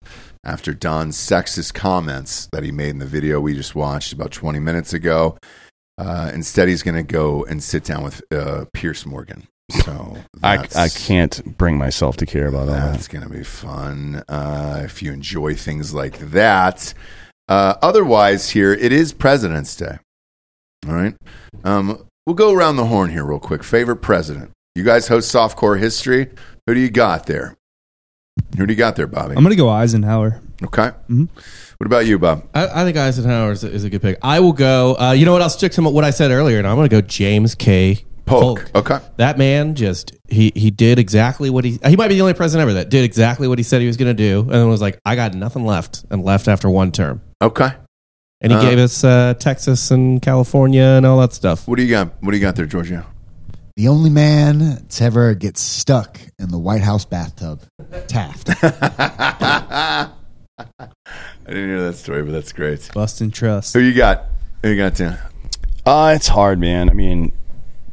after Don's sexist comments that he made in the video we just watched about 20 minutes ago. Uh, instead, he's going to go and sit down with uh, Pierce Morgan. So I, that's- I can't bring myself to care about that. Oh, That's going to be fun uh, if you enjoy things like that. Uh, otherwise, here it is President's Day. All right, um, we'll go around the horn here real quick. Favorite president? You guys host Softcore History. Who do you got there? Who do you got there, Bobby? I'm going to go Eisenhower. okay. What about you, Bob? I, I think Eisenhower is a, is a good pick. I will go. Uh, you know what? I'll stick to what I said earlier, and I'm going to go James K. Polk. Okay. That man just he he did exactly what he he might be the only president ever that did exactly what he said he was going to do, and then was like, I got nothing left, and left after one term, Okay. and he Uh-huh. Uh. gave us uh, Texas and California and all that stuff. What do you got? What do you got there, (laughs) Georgia? The only man to ever get stuck in the White House bathtub, Taft. I didn't hear that story, but that's great. Bust and trust. Who you got? Who you got there? Uh, it's hard, man. I mean,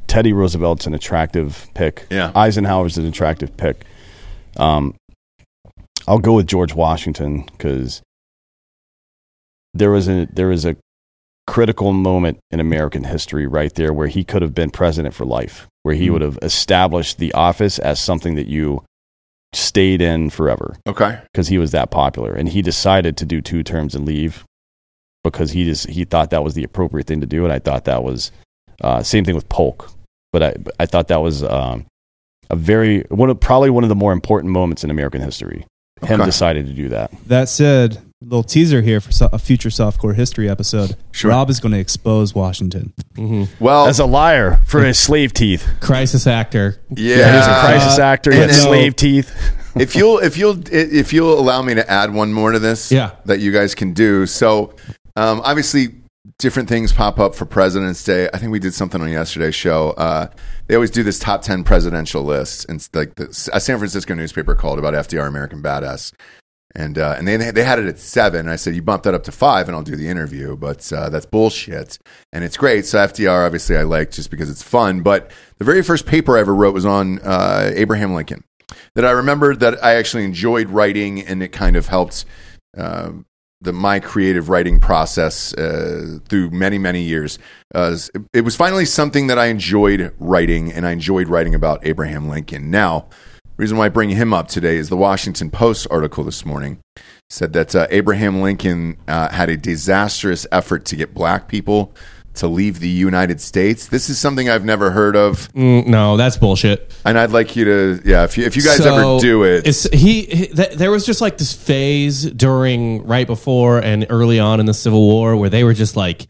Teddy Roosevelt's an attractive pick. Yeah. Eisenhower's an attractive pick. Um, I'll go with George Washington because there was a there was a critical moment in American history right there where he could have been president for life, where he would have established the office as something that you stayed in forever Okay. because he was that popular and he decided to do two terms and leave because he just he thought that was the appropriate thing to do and i thought that was uh, same thing with polk but i i thought that was um, a very one of probably one of the more important moments in american history him Okay. decided to do that That said, little teaser here for so- a future softcore history episode. Sure. Rob is going to expose Washington. Well, as a liar for his slave teeth Crisis actor. Uh, Yeah, yeah, he's a crisis actor he and had then- slave teeth if you'll if you'll if you'll allow me to add one more to this, Yeah. that you guys can do. So, um, obviously, different things pop up for President's Day. I think we did something on yesterday's show. Uh, they always do this top ten presidential list, and it's like the, a San Francisco newspaper called about FDR, American Badass. And, uh, and they, they had it at seven. I said, You bump that up to five and I'll do the interview, but uh, that's bullshit. And it's great. So, FDR, obviously, I like just because it's fun. But the very first paper I ever wrote was on uh, Abraham Lincoln that I remember that I actually enjoyed writing and it kind of helped uh, the my creative writing process uh, through many many years. Uh, it was finally something that I enjoyed writing, and I enjoyed writing about Abraham Lincoln. Now, the reason why I bring him up today is the Washington Post article this morning said that uh, Abraham Lincoln uh, had a disastrous effort to get black people to leave the United States. This is something I've never heard of, Mm, no, that's bullshit. and I'd like you to yeah. If you if you guys So, ever do it, it's- he, he- th- there was just like this phase during right before and early on in the Civil War where they were just like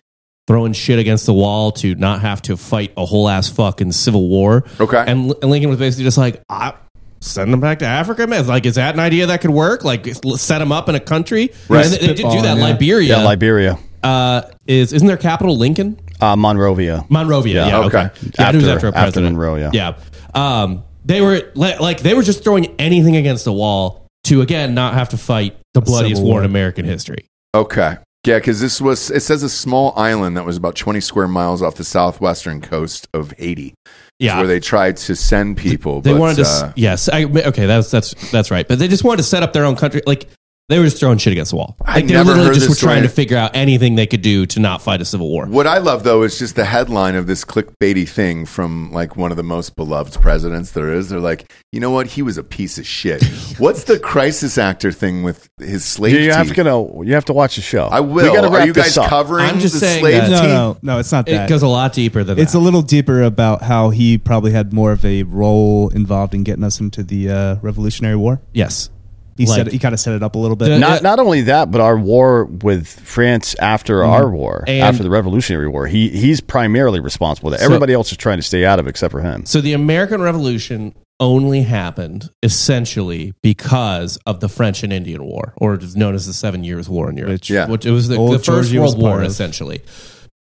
throwing shit against the wall to not have to fight a whole ass fucking civil war. Okay. and, Li- and Lincoln was basically just like, I, send them back to Africa, man. Like, is that an idea that could work? Like, l- set them up in a country. Right. And they, they did do that. Spitballing, yeah. Liberia Yeah, Liberia, uh, is isn't their capital Lincoln? uh, Monrovia. Monrovia. Yeah, Yeah, okay. okay. Yeah, it was After- after a after president. Monroe, yeah. yeah. Um, they were li- like they were just throwing anything against the wall to again not have to fight the bloodiest Civil war War. in American history. Okay. Yeah, because this was, it says a small island that was about 20 square miles off the southwestern coast of Haiti, Yeah, where they tried to send people. They but, wanted to. s- uh, yes. I, okay. That's that's that's right. But they just wanted to set up their own country. Like they were just throwing shit against the wall. I Like, they never literally heard just this were trying story. to figure out anything they could do to not fight a civil war. What I love, though, is just the headline of this clickbaity thing from like one of the most beloved presidents there is. They're like, you know what? He was a piece of shit. (laughs) What's the crisis actor thing with his slave You have teeth? to know. You have to watch the show. I will. We gotta Are wrap you this guys up. covering I'm just the saying slave that- teeth? No, no, no. It's not It that. goes a lot deeper than it's that. a little deeper about how he probably had more of a role involved in getting us into the uh, Revolutionary War. yes. He Like- said he kind of set it up a little bit. The- Not not only that, but our war with France after our war, And- after the Revolutionary War, he he's primarily responsible. That everybody else is trying to stay out of, it except for him. So the American Revolution only happened essentially because of the French and Indian War, or it is known as the Seven Years' War in Europe. Which- Yeah. which it was the, Old the First Georgia World was part War, of. essentially.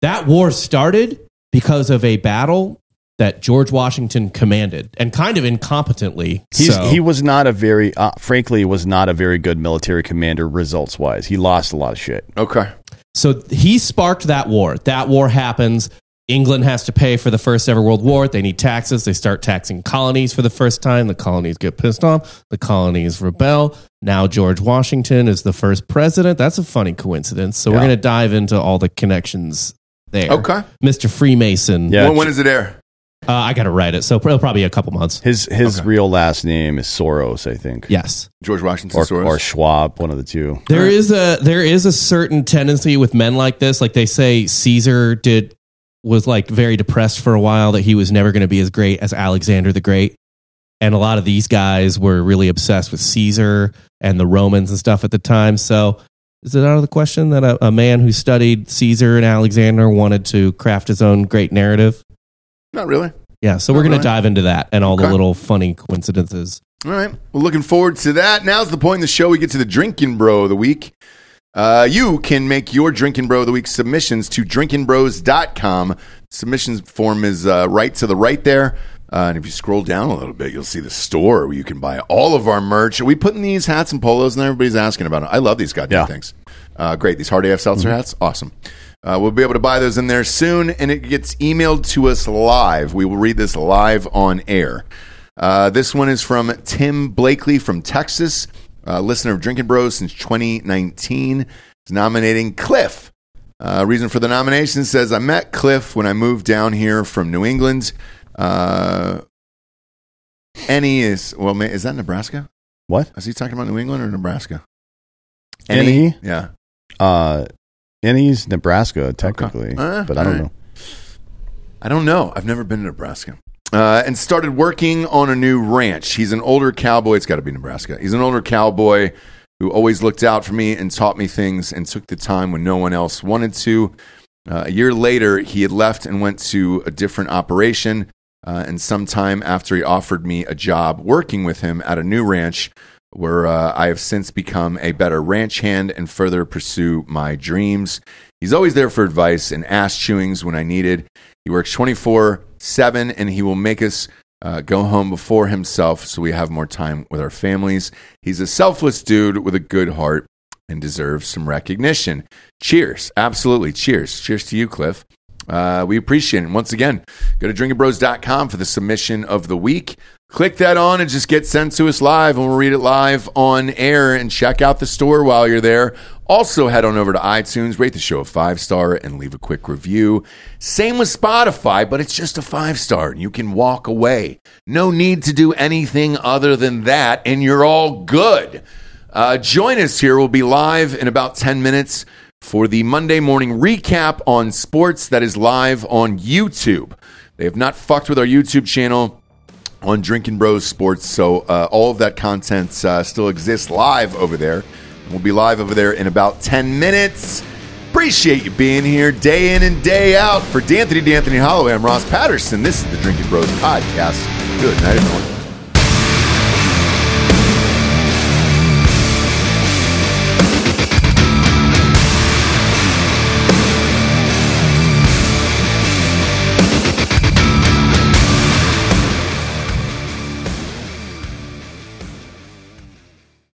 That war started because of a battle that George Washington commanded, and kind of incompetently. He's, so. He was not a very, uh, frankly, was not a very good military commander results wise. He lost a lot of shit. Okay. So he sparked that war. That war happens. England has to pay for the first ever World War. They need taxes. They start taxing colonies for the first time. The colonies get pissed off. The colonies rebel. Now George Washington is the first president. That's a funny coincidence. So we're Yeah. going to dive into all the connections there. Okay. Mr. Freemason. Yeah. When- when is it air? Uh, I got to write it. So it'll probably be a couple months. His his real last name is Soros, I think, Yes. George Washington or, Soros. or Schwab, one of the two. There is a there is a certain tendency with men like this. Like they say, Caesar did was like very depressed for a while that he was never going to be as great as Alexander the Great, and a lot of these guys were really obsessed with Caesar and the Romans and stuff at the time. So. Is it out of the question that a, a man who studied Caesar and Alexander wanted to craft his own great narrative? Not really. Yeah, so we're going really. to dive into that and all the Okay. little funny coincidences. All right. Well, looking forward to that. Now's the point in the show we get to the Drinking Bro of the Week. Uh, you can make your Drinking Bro of the Week submissions to drinkingbros.com. Submissions form is uh, right to the right there. Uh, and if you scroll down a little bit, you'll see the store where you can buy all of our merch. Are we putting these hats and polos? And everybody's asking about them. I love these goddamn Yeah. things. Uh, great. These hard AF seltzer hats. Awesome. Uh, we'll be able to buy those in there soon. And it gets emailed to us live. We will read this live on air. Uh, this one is from Tim Blakely from Texas, uh, listener of Drinking Bros since 2019. He's nominating Cliff. Uh, reason for the nomination says I met Cliff when I moved down here from New England. Uh, any is well, ma- is that Nebraska? What? Is he talking about New England or Nebraska? E? Any? yeah. Uh, and he's Nebraska technically, Uh, but I don't alright. know. I don't know. I've never been to Nebraska. Uh, and started working on a new ranch. He's an older cowboy. It's got to be Nebraska. He's an older cowboy who always looked out for me and taught me things and took the time when no one else wanted to. Uh, a year later, he had left and went to a different operation. Uh, and sometime after, he offered me a job working with him at a new ranch where uh, I have since become a better ranch hand and further pursue my dreams. He's always there for advice and ass chewings when I needed. He works 24 7 and he will make us uh, go home before himself so we have more time with our families. He's a selfless dude with a good heart and deserves some recognition. Cheers. Absolutely. Cheers. Cheers to you, Cliff. Uh, we appreciate it. And once again, go to drinkabros.com for the submission of the week. click that on and just get sent to us live and we'll read it live on air and check out the store while you're there also head on over to itunes rate the show a five star and leave a quick review same with spotify but it's just a five star and you can walk away no need to do anything other than that and you're all good uh, join us here we'll be live in about 10 minutes for the monday morning recap on sports that is live on youtube they have not fucked with our youtube channel on Drinking Bros Sports. So uh, all of that content uh, still exists live over there. We'll be live over there in about 10 minutes. Appreciate you being here day in and day out. For D'Anthony D'Anthony Holloway, I'm Ross Patterson. This is the Drinking Bros Podcast. Good night, everyone.